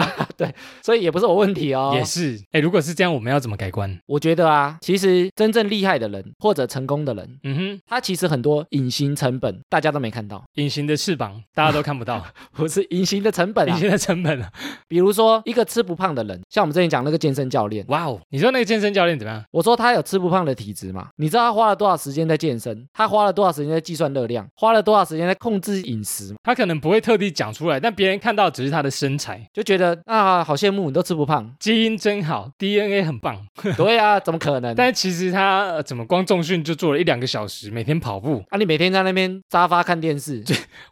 B: 所以也不是我问题哦。
A: 也是。哎，如果是这样，我们要怎么改观？
B: 我觉得啊，其实真正厉害的人或者成功的人，
A: 嗯哼，
B: 他其实很多隐形成本大家都没看 到，
A: 隐形的翅膀大家都看不到，
B: 不是隐形的成本
A: 隐
B: 啊。
A: 形的成本啊。
B: 比如说一个吃不胖的人，像我们之前讲那个健身教练，
A: 哇哦，你说那个健身教练怎么样？
B: 我说他有吃不胖的体质嘛，你知道他花了多少时间在健身，他花了多少时间在计算热量，花了多少时间在控制饮食，
A: 他可能不会特地讲出来，但别人看到只是他的身材，。
B: 就觉得啊好羡慕你都吃不胖
A: 基因真好，DNA 很棒。
B: 对啊，怎么可能？
A: 但其实他、呃怎么光重训就做了一两个小时，每天跑步，
B: 啊，你每天在那边沙发看电视，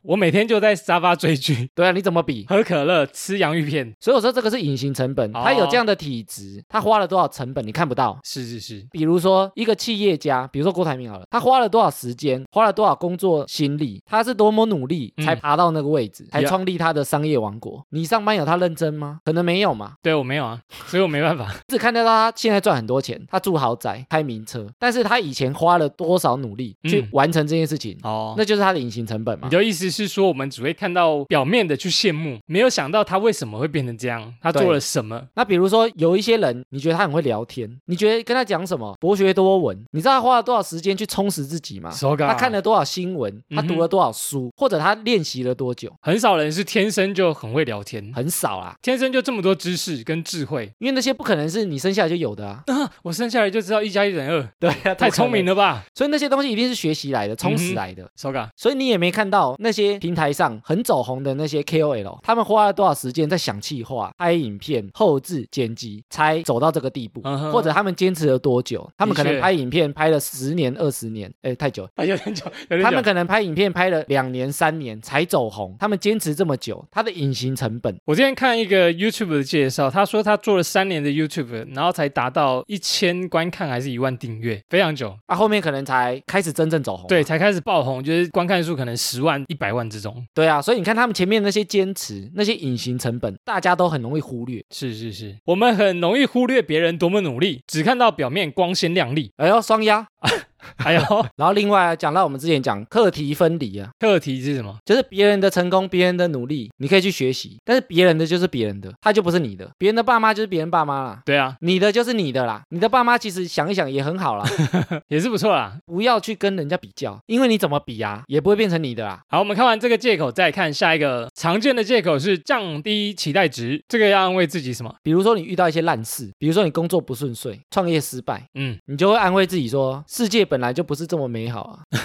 A: 我每天就在沙发追剧、
B: 对啊，你怎么比？
A: 喝可乐、吃洋芋片。
B: 所以我说这个是隐形成本，
A: 哦
B: 他有这样的体质，他花了多少成本你看不到。
A: 是是是，
B: 比如说一个企业家，比如说郭台铭好了，他花了多少时间，花了多少工作心力，他是多么努力
A: 嗯
B: 才爬到那个位置，才
A: Yeah
B: 创立他的商业王国。你上班有他认真吗？可能没有嘛，
A: 对我没有啊，所以我没办 法。
B: 只看得到他现在赚很多钱，他住豪宅，开名车，但是他以前花了多少努力
A: 嗯
B: 去完成这件事情，
A: 哦，
B: 那就是他的隐形成本嘛
A: 你。的意思是说，我们只会看到表面的去羡慕，没有想到他为什么会变成这样，他做
B: 对
A: 了什么？
B: 那比如说，有一些人，你觉得他很会聊天，你觉得跟他讲什么博学多闻，你知道他花了多少时间去充实自己吗？
A: 手感
B: 他看了多少新闻，他
A: 嗯哼
B: 读了多少书，或者他练习了多久？
A: 很少人是天生就很会聊天，
B: 很少啦，
A: 天生就这么多知识跟智慧。
B: 因为那些不可能是你生下来就有的啊。
A: 啊、我生下来就知道一加一等于二，
B: 对啊，
A: 太聪明了
B: 了。
A: 嗯吧，
B: 所以那些东西一定是学习来的，充实来的。
A: 手感
B: 所以你也没看到那些平台上很走红的那些 KOL，他们花了多少时间在想企划、拍影片、后置、剪辑，才走到这个地步
A: 嗯哼
B: 或者他们坚持了多久？他们可
A: 的
B: 能
A: 确
B: 拍影片拍了十年、二十年，哎，太久了。
A: 啊，有点久，有
B: 他
A: 点久。
B: 们可能拍影片拍了两年、三年才走红，他们坚持这么久，他的隐形成本
A: 我之前看一个 YouTube 的介绍，他说他做了三年的 YouTube，然后才达到一千观看还是一万订阅，非常久，
B: 啊，后面可能才开始真正走红啊。
A: 对，才开始爆红，就是观看数可能十万、一百万之中。
B: 对啊，所以你看他们前面那些坚持、那些隐形成本，大家都很容易忽略。
A: 是是是，我们很容易忽略别人多么努力，只看到表面光鲜亮丽。哎
B: 哎呦，双压。
A: 还有
B: 然后另外啊讲到我们之前讲课题分离啊，
A: 课题是什么？
B: 就是别人的成功、别人的努力，你可以去学习，但是别人的就是别人的，他就不是你的。别人的爸妈就是别人爸妈啦，
A: 对啊，
B: 你的就是你的啦。你的爸妈其实想一想也很好啦，
A: 也是不错啦。
B: 不要去跟人家比较，因为你怎么比啊，也不会变成你的啦。
A: 好，我们看完这个借口，再看下一个常见的借口是降低期待值，这个要安慰自己什么？
B: 比如说你遇到一些烂事，比如说你工作不顺遂、创业失败，
A: 嗯，
B: 你就会安慰自己说，世界本来就不是这么美好啊。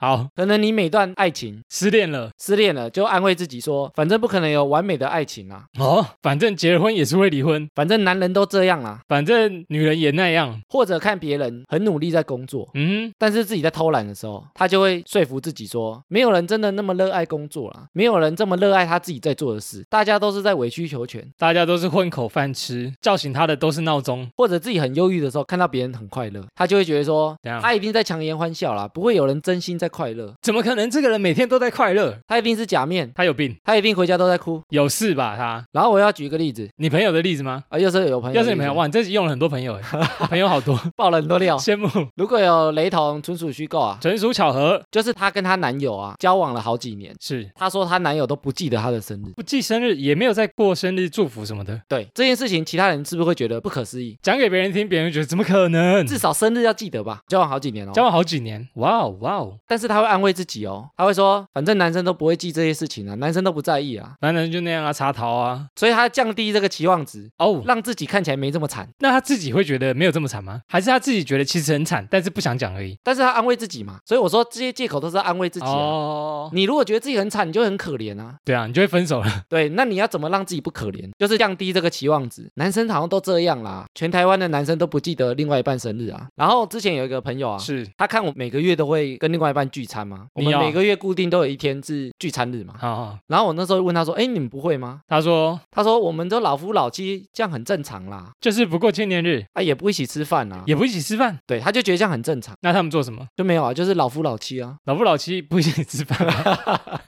A: 好，
B: 可能你每段爱情
A: 失恋了
B: 失恋了，就安慰自己说，反正不可能有完美的爱情啊，
A: 哦，反正结了婚也是会离婚，
B: 反正男人都这样啦。
A: 反正女人也那样。
B: 或者看别人很努力在工作，
A: 嗯，
B: 但是自己在偷懒的时候，他就会说服自己说，没有人真的那么热爱工作啦，没有人这么热爱他自己在做的事，大家都是在委曲求全。
A: 大家都是混口饭吃，叫醒他的都是闹钟。
B: 或者自己很忧郁的时候，看到别人很快乐，他就会觉得说，
A: 怎样
B: 他一定在强颜欢笑啦，不会有人真心在快乐，
A: 怎么可能？这个人每天都在快乐，
B: 他一定是假面，
A: 他有病，
B: 他一定回家都在哭。
A: 有事吧？他，
B: 然后我要举一个例子
A: 你朋友的例子吗？
B: 啊，又是有朋友的例子，
A: 要是你朋友，哇，你这集用了很多朋 友哎，朋友好多，
B: 爆了很多料，
A: 羡慕，
B: 如果有雷同，纯属虚构啊，
A: 纯属巧合，
B: 就是她跟她男友啊交往了好几年，
A: 是
B: 她说她男友都不记得她的生日。
A: 不记生日，也没有在过生日祝福什么的，
B: 对这件事情，其他人是不是会觉得不可思议？
A: 讲给别人听，别人觉得怎么可能？
B: 至少生日要记得吧，嗯交往好几年哦。
A: 交往好几年，哇哦哇哦，
B: 但是她会安慰自己哦，她会说，反正男生都不会记这些事情啊，男生都不在意啊，
A: 男人就那样啊，插桃啊，
B: 所以她降低这个期望值，
A: 哦，
B: 让自己看起来没这么惨。
A: 那他自己会觉得没有这么惨吗？还是他自己觉得其实很惨，但是不想讲而已？
B: 但是她安慰自己嘛，所以我说这些借口都是在安慰自己、啊。
A: 哦，
B: 你如果觉得自己很惨，你就会很可怜啊。
A: 对啊，你就会分手 了，
B: 对，那你要怎么让自己不可怜？就是降低这个期望值。男生好像都这样啦，全台湾的男生都不记得另外一半生日啊。然后之前有一个朋友啊，
A: 是。
B: 他看我每个月都会跟另外一半聚餐嘛，我
A: 你
B: 们
A: 啊
B: 每个月固定都有一天是聚餐日嘛。
A: 好好，
B: 然后我那时候问他说：“哎，你们不会吗
A: 他说？”
B: 他说：“我们都老夫老妻，这样很正常啦，
A: 就是不过青年日，
B: 啊，也不一起吃饭啊。
A: 也不一起吃饭，”
B: 对，他就觉得这样很正常，
A: 那他们做什么？
B: 就没有啊，就是老夫老妻 啊。
A: 老夫老妻不一起吃饭吗。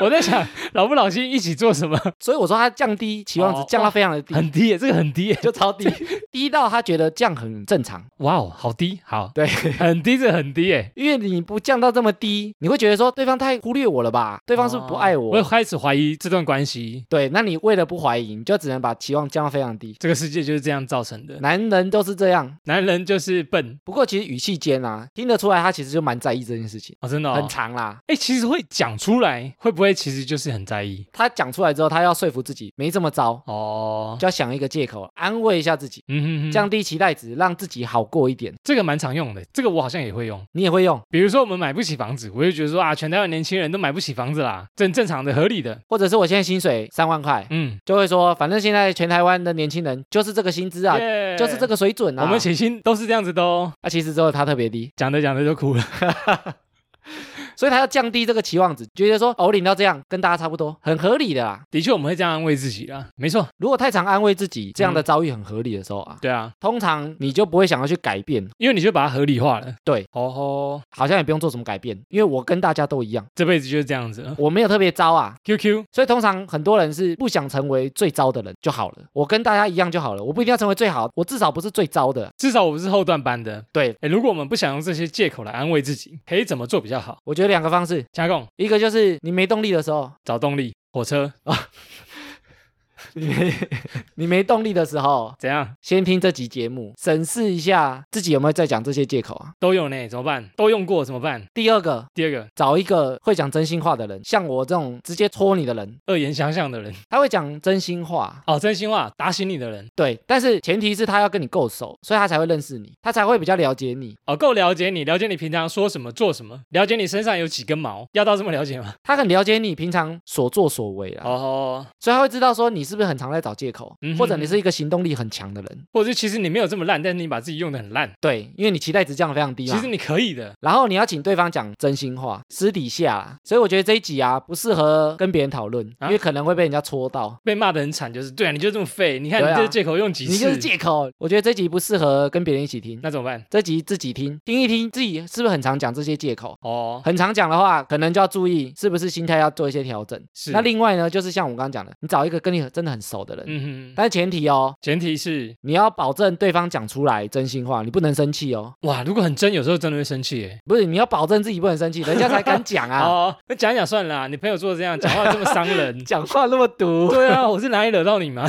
A: 我在想，老夫老妻一起做什么？
B: 所以我说他降低期望值
A: 哦，
B: 降到非常的低，
A: 很低耶，这个很低耶，
B: 就 超低，低到他觉得这样很正常。
A: 哇哦，好低，好，
B: 对，
A: 很低，这很低耶。
B: 因为你不降到这么低，你会觉得说对方太忽略我了吧？对
A: 对
B: 方是不是不爱我？
A: 哦我开始怀疑这段关系，
B: 对，那你为了不怀疑，你就只能把期望降到非常低。
A: 这个世界就是这样造成的。
B: 男人都是这样，
A: 男人就是笨
B: 不过其实语气间啊，听得出来他其实就蛮在意这件事情，
A: 哦，真的、哦，
B: 很长啦。
A: 哎、其实会讲出来，会不不会其实就是很在意？
B: 他讲出来之后，他要说服自己没这么糟，
A: 哦，
B: 就要想一个借口安慰一下自己，
A: 嗯哼哼，这样
B: 降低期待值，让自己好过一点。
A: 这个蛮常用的，这个我好像也会用。
B: 你也会用，
A: 比如说我们买不起房子，我就觉得说啊，全台湾年轻人都买不起房子啦，这很正常的、合理的。
B: 或者是我现在薪水三万块，
A: 嗯，
B: 就会说，反正现在全台湾的年轻人就是这个薪资啊，
A: 耶
B: 就是这。个水准啊。
A: 我们起薪都是这样子的哦，
B: 啊，其实之后他特别低，
A: 讲着讲着就哭了。
B: 所以他要降低这个期望值，觉得说哦，我领到这样跟大家差不多，很合理的啦。
A: 的确，我们会这样安慰自己啦，没错，
B: 如果太常安慰自己这样的遭遇很合理的时候啊，
A: 对啊，
B: 通常你就不会想要去改变，
A: 因为你就把它合理化了。
B: 对，
A: 哦吼，
B: 好像也不用做什么改变，因为我跟大家都一样，
A: 这辈子就是这样子了。
B: 我没有特别糟啊。
A: QQ，
B: 所以通常很多人是不想成为最糟的人就好了，我跟大家一样就好了，我不一定要成为最好，我至少不是最糟的。
A: 至少我不是后段班的。
B: 对，
A: 哎，如果我们不想用这些借口来安慰自己，可以怎么做比较好？
B: 我觉得两个方式，
A: 加共
B: 一个就是你没动力的时候，
A: 找动力，火车
B: 你没你没动力的时候，
A: 怎样
B: 先听这集节目，审视一下自己有没有在讲这些借口啊。
A: 都有呢，怎么办？都用过怎么办？
B: 第二个，
A: 第二个，
B: 找一个会讲真心话的人，像我这种直接戳你的人，
A: 恶言相向的人，
B: 他会讲真心话。
A: 哦，真心话打醒你的人，
B: 对，但是前提是他要跟你够熟，所以他才会认识你，他才会比较了解你。
A: 哦，够了解你，了解你平常说什么、做什么，了解你身上有几根毛，要到这么了解 吗？
B: 他很了解你平常所作所为啊啦，
A: 哦，
B: 所以他会知道说你是不是很常在找借口，
A: 嗯哼
B: 或者你是一个行动力很强的人。
A: 或者是其实你没有这么烂，但是你把自己用的很烂，
B: 对，因为你期待值降得非常低
A: 其
B: 嘛。
A: 实你可以的。
B: 然后你要请对方讲真心话，私底下啦。所以我觉得这一集啊不适合跟别人讨论，
A: 啊
B: 因为可能会被人家戳到。
A: 被骂的很惨，就是对啊，你就这么废，你看你
B: 对啊
A: 这个借口用几
B: 你
A: 次，
B: 就是借口，我觉得这集不适合跟别人一起听，
A: 那怎么办？
B: 这集自己听，听一听自己是不是很常讲这些借口。
A: 哦，
B: 很常讲的话，可能就要注意是不是心态要做一些调整。
A: 是，
B: 那另外呢，就是像我刚刚讲的，你找一个跟你真的很熟的人，
A: 嗯哼，
B: 但是前提哦，
A: 前提是
B: 你要保证对方讲出来真心话，你不能生气哦。
A: 哇，如果很真，有时候真的会生气耶。
B: 不是，你要保证自己不能生气，人家才敢讲啊。。
A: 哦，那讲一讲算了啊，你朋友做这样，讲话这么伤人
B: 讲话那么毒，
A: 对啊，我是哪里惹到你吗？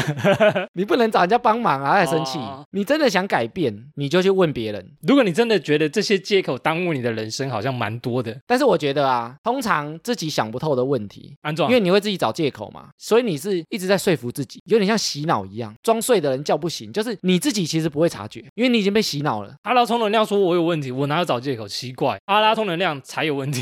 B: 你不能找人家帮忙啊，还生气
A: 哦。
B: 你真的想改变，你就去问别人。
A: 如果你真的觉得这些借口耽误你的人生，好像蛮多的，
B: 但是我觉得啊，通常自己想不透的问题，
A: 安壮，
B: 因为你会自己找借口嘛，所以你是一直在说服自己，有点像洗脑一样，装睡的人叫不醒，就是你自己其实不会察觉，因为你已经被洗脑了。
A: 阿拉充能量说我有问题，我哪有找借口？奇怪，阿拉充能量才有问 题，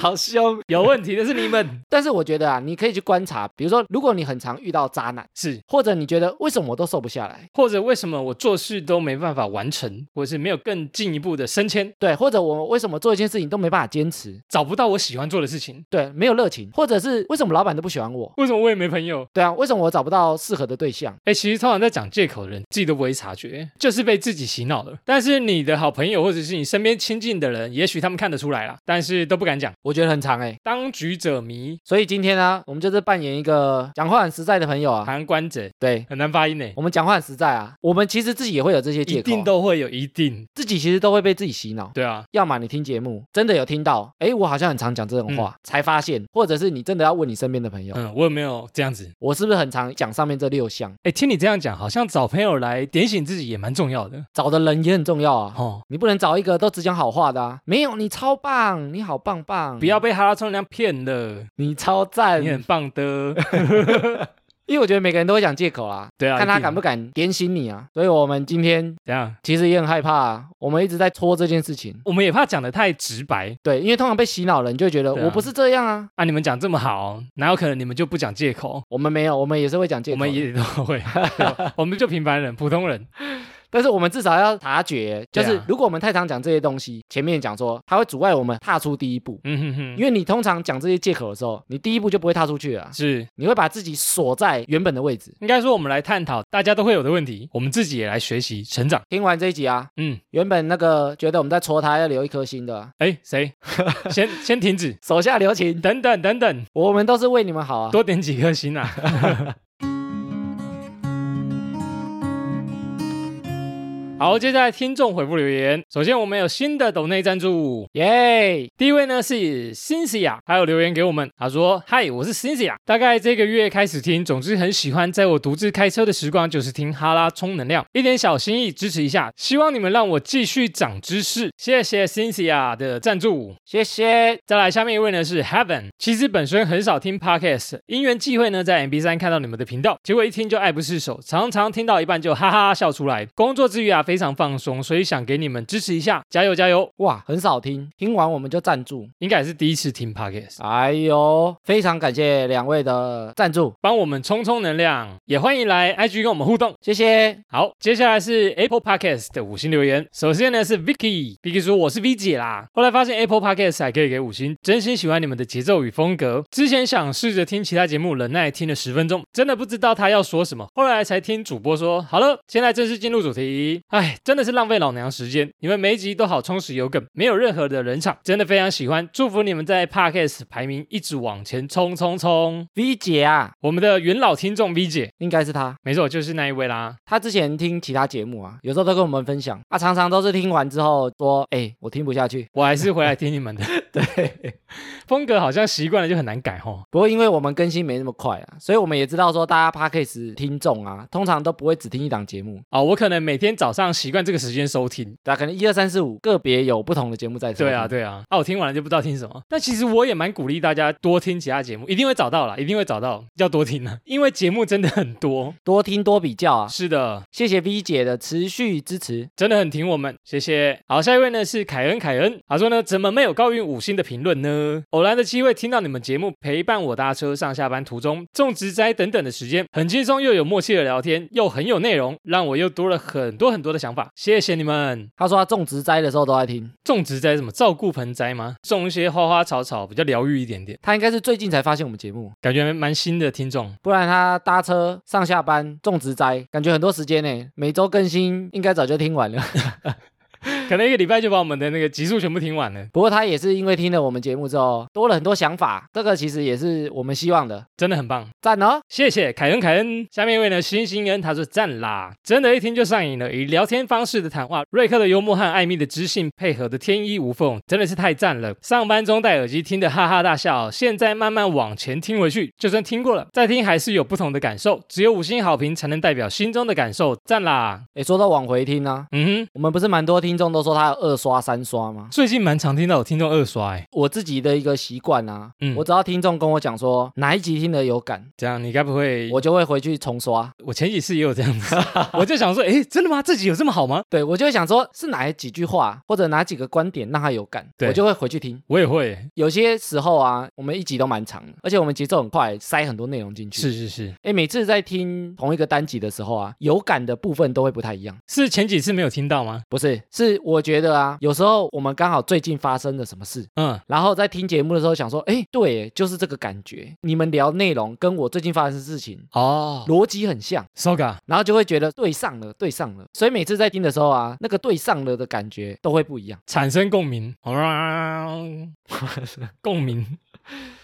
B: 好凶！
A: 有问题的是你们。
B: 但是我觉得啊，你可以去观察，比如说，如果你很常遇到渣男，
A: 是，
B: 或者你觉得为什么我都瘦不下来，
A: 或者为什么我做事都没办法完成，或者是没有更进一步的升迁，
B: 对，或者我为什么做一件事情都没办法坚持，
A: 找不到我喜欢做的事情？
B: 对，没有热情，或者是为什么老板都不喜欢我。
A: 为什么我也没朋友？
B: 对啊，为什么我找不到适合的对象？
A: 哎，其实通常在讲借口的人，自己都不会察觉，就是被自己洗脑了。但是你的好朋友或者是你身边亲近的人，也许他们看得出来啦，但是都不敢讲。
B: 我觉得很长哎、
A: 当局者迷，
B: 所以今天呢、我们就是扮演一个讲话很实在的朋友啊。
A: 旁观者
B: 对，
A: 很难发音呢，
B: 我们讲话很实在啊，我们其实自己也会有这些
A: 一
B: 借口啊，
A: 定都会有，一定，
B: 自己其实都会被自己洗脑。
A: 对啊，
B: 要么你听节目真的有听到，哎，我好像很常讲这种话，才发现，或者是你真的要问你身边的朋友，
A: 嗯，我有没有这样子？
B: 我是不是很常讲上面这六项？
A: 哎，听你这样讲，好像找朋友来点醒自己也蛮重要的
B: 找的人也很重要啊，
A: 哦。
B: 你不能找一个都只讲好话的啊，没有你超棒，你好棒棒，
A: 不要被哈拉充能量骗了，
B: 你超赞，
A: 你很棒的。
B: 因为我觉得每个人都会讲借口啦。
A: 对啊，
B: 看他
A: 一定
B: 敢不敢点醒你啊！所以我们今天
A: 怎样？
B: 其实也很害怕、啊，我们一直在戳这件事情。
A: 我们也怕讲的太直白
B: 对，因为通常被洗脑了，你就会觉得、
A: 对啊
B: 我不是这样啊。
A: 啊！你们讲这么好，哪有可能你们就不讲借口？
B: 我们没有，我们也是会讲借
A: 我
B: 口的，
A: 们也都 会，对我们就平凡人、普通人。
B: 但是我们至少要察觉，就
A: 对啊
B: 是如果我们太常讲这些东西，前面讲说它会阻碍我们踏出第一步，
A: 嗯哼哼，
B: 因为你通常讲这些借口的时候，你第一步就不会踏出去了啊，
A: 是
B: 你会把自己锁在原本的位置。
A: 应该说我们来探讨大家都会有的问题，我们自己也来学习成长。
B: 听完这一集啊，
A: 嗯，
B: 原本那个觉得我们在戳他要留一颗心的啊，
A: 哎，谁？ 先先停止，
B: 手下留情，
A: 等等等等，
B: 我们都是为你们好 啊。
A: 多点几颗星啊！ 好，接下来听众回复留言。首先，我们有新的抖内赞助，
B: 耶、
A: 第一位呢是 Cynthia，还有留言给我们，他说：“嗨，我是 Cynthia，大概这个月开始听，总之很喜欢，在我独自开车的时光就是听哈拉充能量，一点小心意支持一下，希望你们让我继续长知识，谢谢 Cynthia 的赞助。”
B: 谢谢。
A: 再来，下面一位呢是 Heaven。其实本身很少听 podcast，因缘际会呢，在 MB 三看到你们的频道，结果一听就爱不释手，常常听到一半就哈哈笑出来。工作之余啊，非常放松，所以想给你们支持一下，加油加油！
B: 哇，很少听，听完我们就赞助。
A: 应该也是第一次听 podcast，
B: 哎呦，非常感谢两位的赞助，
A: 帮我们充充能量，也欢迎来 IG 跟我们互动。
B: 谢谢。
A: 好，接下来是 Apple Podcast 的五星留言。首先呢是 Vicky，Vicky 说我是 V 姐啦。后来发现 Apple Podcast 还可以给五星，真心喜欢你们的节奏与风格。之前想试着听其他节目，忍耐听了十分钟，真的不知道他要说什么。后来才听主播说，好了，现在正式进入主题。哎，真的是浪费老娘时间，你们每一集都好充实有梗，没有任何的冷场，真的非常喜欢。祝福你们在 Podcast 排名一直往前冲冲冲！
B: V 姐啊，
A: 我们的元老听众 V 姐，
B: 应该是她，
A: 没错，就是那一位啦。
B: 她之前听其他节目啊，有时候都跟我们分享啊，常常都是听完之后说，哎、我听不下去。
A: 我还是回来听你们的。
B: 对，
A: 风格好像习惯了就很难改吼。
B: 不过因为我们更新没那么快啊，所以我们也知道说，大家 Podcast 听众啊，通常都不会只听一档节目，
A: 啊、我可能每天早上习惯这个时间收听。
B: 对啊，可能一二三四五个别有不同的节目在听。
A: 对啊，对啊，啊，我听完了就不知道听什么。但其实我也蛮鼓励大家多听其他节目，一定会找到啦，一定会找到，要多听啊，因为节目真的很多。
B: 多听多比较啊。
A: 是的，
B: 谢谢 V 姐的持续支持，
A: 真的很挺我们，谢谢。好，下一位呢是凯恩，凯恩，他说呢，怎么没有高于五星的评论呢？偶然的机会听到你们节目，陪伴我搭车上下班途中、种植栽等等的时间，很轻松又有默契的聊天，又很有内容，让我又多了很多很多的想法，谢谢你们。
B: 她说她种植栽的时候都在听，
A: 种植栽什么照顾盆栽吗？种一些花花草草比较疗愈一点点，
B: 她应该是最近才发现我们节目，
A: 感觉蛮新的听众。
B: 不然她搭车上下班种植栽，感觉很多时间呢，每周更新应该早就听完了。
A: 可能一个礼拜就把我们的那个集数全部听完了，
B: 不过她也是因为听了我们节目之后，多了很多想法，这个其实也是我们希望的，
A: 真的很棒，
B: 赞哦。
A: 谢谢凯恩凯恩。下面一位呢，星星恩，他说赞啦，真的，一听就上瘾了。以聊天方式的谈话，瑞克的幽默和艾米的知性配合的天衣无缝，真的是太赞了。上班中戴耳机听得哈哈大笑，现在慢慢往前听回去，就算听过了，再听还是有不同的感受。只有五星好评才能代表心中的感受，赞啦。
B: 诶，说到往回听啊，
A: 嗯哼，
B: 我们不是蛮多听众都说他有二刷三刷吗？
A: 最近蛮常听到有听众二刷、欸，
B: 我自己的一个习惯啊，
A: 嗯
B: 我只要听众跟我讲说哪一集听得有感，
A: 这样你该不会
B: 我就会回去重刷。
A: 我前几次也有这样子，我就想说，诶，真的吗？这集有这么好吗？
B: 对我就会想说是哪几句话或者哪几个观点让他有感，
A: 对
B: 我就会回去听。
A: 我也会，
B: 有些时候啊，我们一集都蛮长的，而且我们节奏很快，塞很多内容进去。
A: 是，是是，
B: 哎，每次在听同一个单集的时候啊，有感的部分都会不太一样。
A: 是前几次没有听到吗？
B: 不是，是我觉得啊，有时候我们刚好最近发生了什么事，
A: 嗯，
B: 然后在听节目的时候想说，哎，对耶，就是这个感觉。你们聊内容跟我最近发生的事情
A: 哦
B: 逻辑很像，
A: ，Soga，
B: 然后就会觉得对上了，对上了。所以每次在听的时候啊，那个对上了的感觉都会不一样。
A: 产生共鸣，共鸣。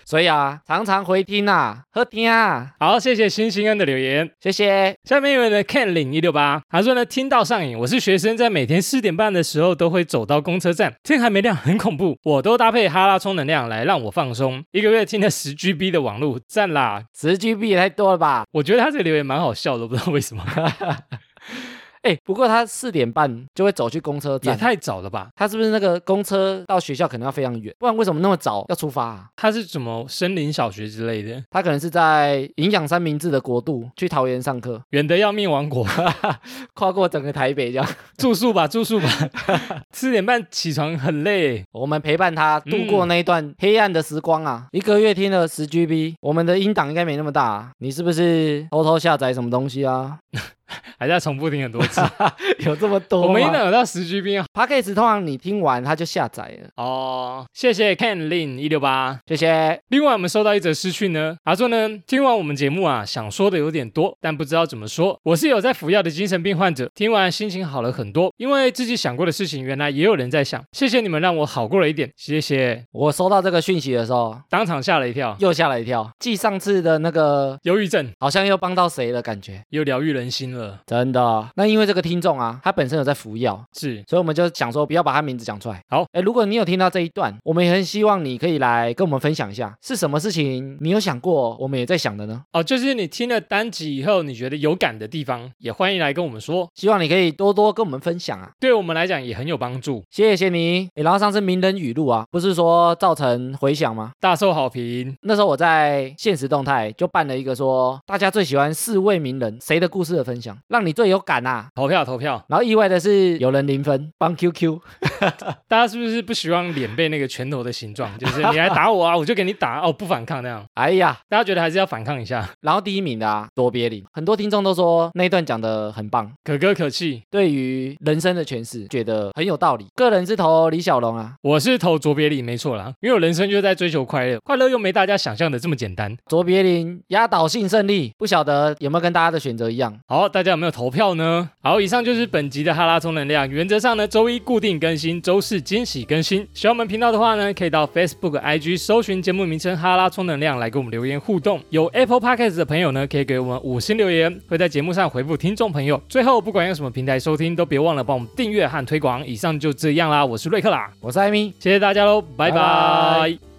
B: 所以啊，常常回听啊，喝听啊，
A: 好，谢谢星星恩的留言。
B: 谢谢。
A: 下面一位呢，Ken 零一六八，他说呢，听到上瘾。我是学生，在每天四点半的时候都会走到公车站，天还没亮，很恐怖。我都搭配哈拉充能量来让我放松，一个月听了十 GB 的网路，赞啦！
B: 十 GB 也太多了吧？
A: 我觉得他这个留言蛮好笑的，不知道为什么，
B: 哎，不过他四点半就会走去公车
A: 也
B: 站，
A: 太早了吧？
B: 他是不是那个公车到学校可能要非常远？不然为什么那么早要出发啊？
A: 他是什么森林小学之类的，
B: 他可能是在营养三明治的国度去桃园上课，
A: 远的要命王国，
B: 跨过整个台北这样。
A: 住宿吧，住宿吧。四点半起床很累，
B: 我们陪伴他
A: 嗯
B: 度过那一段黑暗的时光啊！一个月听了十 GB，我们的音档应该没那么大、啊。你是不是偷偷下载什么东西啊？
A: 还在重复听很多次。
B: 有这么 多
A: 我
B: 吗？
A: 们一旦有到十 GB
B: Podcast 通常你听完它就下载了，
A: 哦，谢谢 Ken Lin 一六八。
B: 谢谢。
A: 另外，我们收到一则私讯呢，他说呢，听完我们节目啊，想说的有点多，但不知道怎么说。我是有在服药的精神病患者，听完心情好了很多，因为自己想过的事情，原来也有人在想。谢谢你们让我好过了一点，谢谢。
B: 我收到这个讯息的时候，
A: 当场吓了一跳，
B: 又吓了一跳，继上次的那个
A: 忧郁症
B: 好像又帮到谁了感觉。
A: 又疗愈人心了。了，
B: 真的。那因为这个听众啊，他本身有在服药，
A: 是
B: 所以我们就想说不要把他名字讲出来。
A: 好
B: 哎，如果你有听到这一段，我们也很希望你可以来跟我们分享一下，是什么事情你有想过，我们也在想的呢？
A: 哦，就是你听了单集以后，你觉得有感的地方，也欢迎来跟我们说，
B: 希望你可以多多跟我们分享啊，
A: 对我们来讲也很有帮助，
B: 谢谢你。哎，然后上次名人语录啊，不是说造成回响吗？
A: 大受好评。
B: 那时候我在现实动态就办了一个说大家最喜欢四位名人谁的故事的分享，让你最有感啊。
A: 投票投票，
B: 然后意外的是有人零分，帮 QQ，
A: 大家是不是不希望脸被那个拳头的形状？ 就是你来打我啊，我就给你打哦，不反抗那样。
B: 哎呀，
A: 大家觉得还是要反抗一下，
B: 然后第一名的啊卓别林，很多听众都说那一段讲的很棒，
A: 可歌可泣。
B: 对于人生的诠释觉得很有道理。个人是投李小龙啊，
A: 我是投卓别林，没错啦，因为我人生就在追求快乐，快乐又没大家想象的这么简单。
B: 卓别林压倒性胜利，不晓得有没有跟大家的选择一样。
A: 好，大家有没有投票呢？好，以上就是本集的哈拉充能量。原则上呢，周一固定更新，周四惊喜更新。喜欢我们频道的话呢，可以到 Facebook、IG 搜寻节目名称“哈拉充能量”来跟我们留言互动。有 Apple Podcast 的朋友呢，可以给我们五星留言，会在节目上回复听众朋友。最后，不管用什么平台收听，都别忘了帮我们订阅和推广。以上就这样啦，我是瑞克啦，
B: 我是艾米，
A: 谢谢大家喽，拜
B: 拜
A: 拜
B: 拜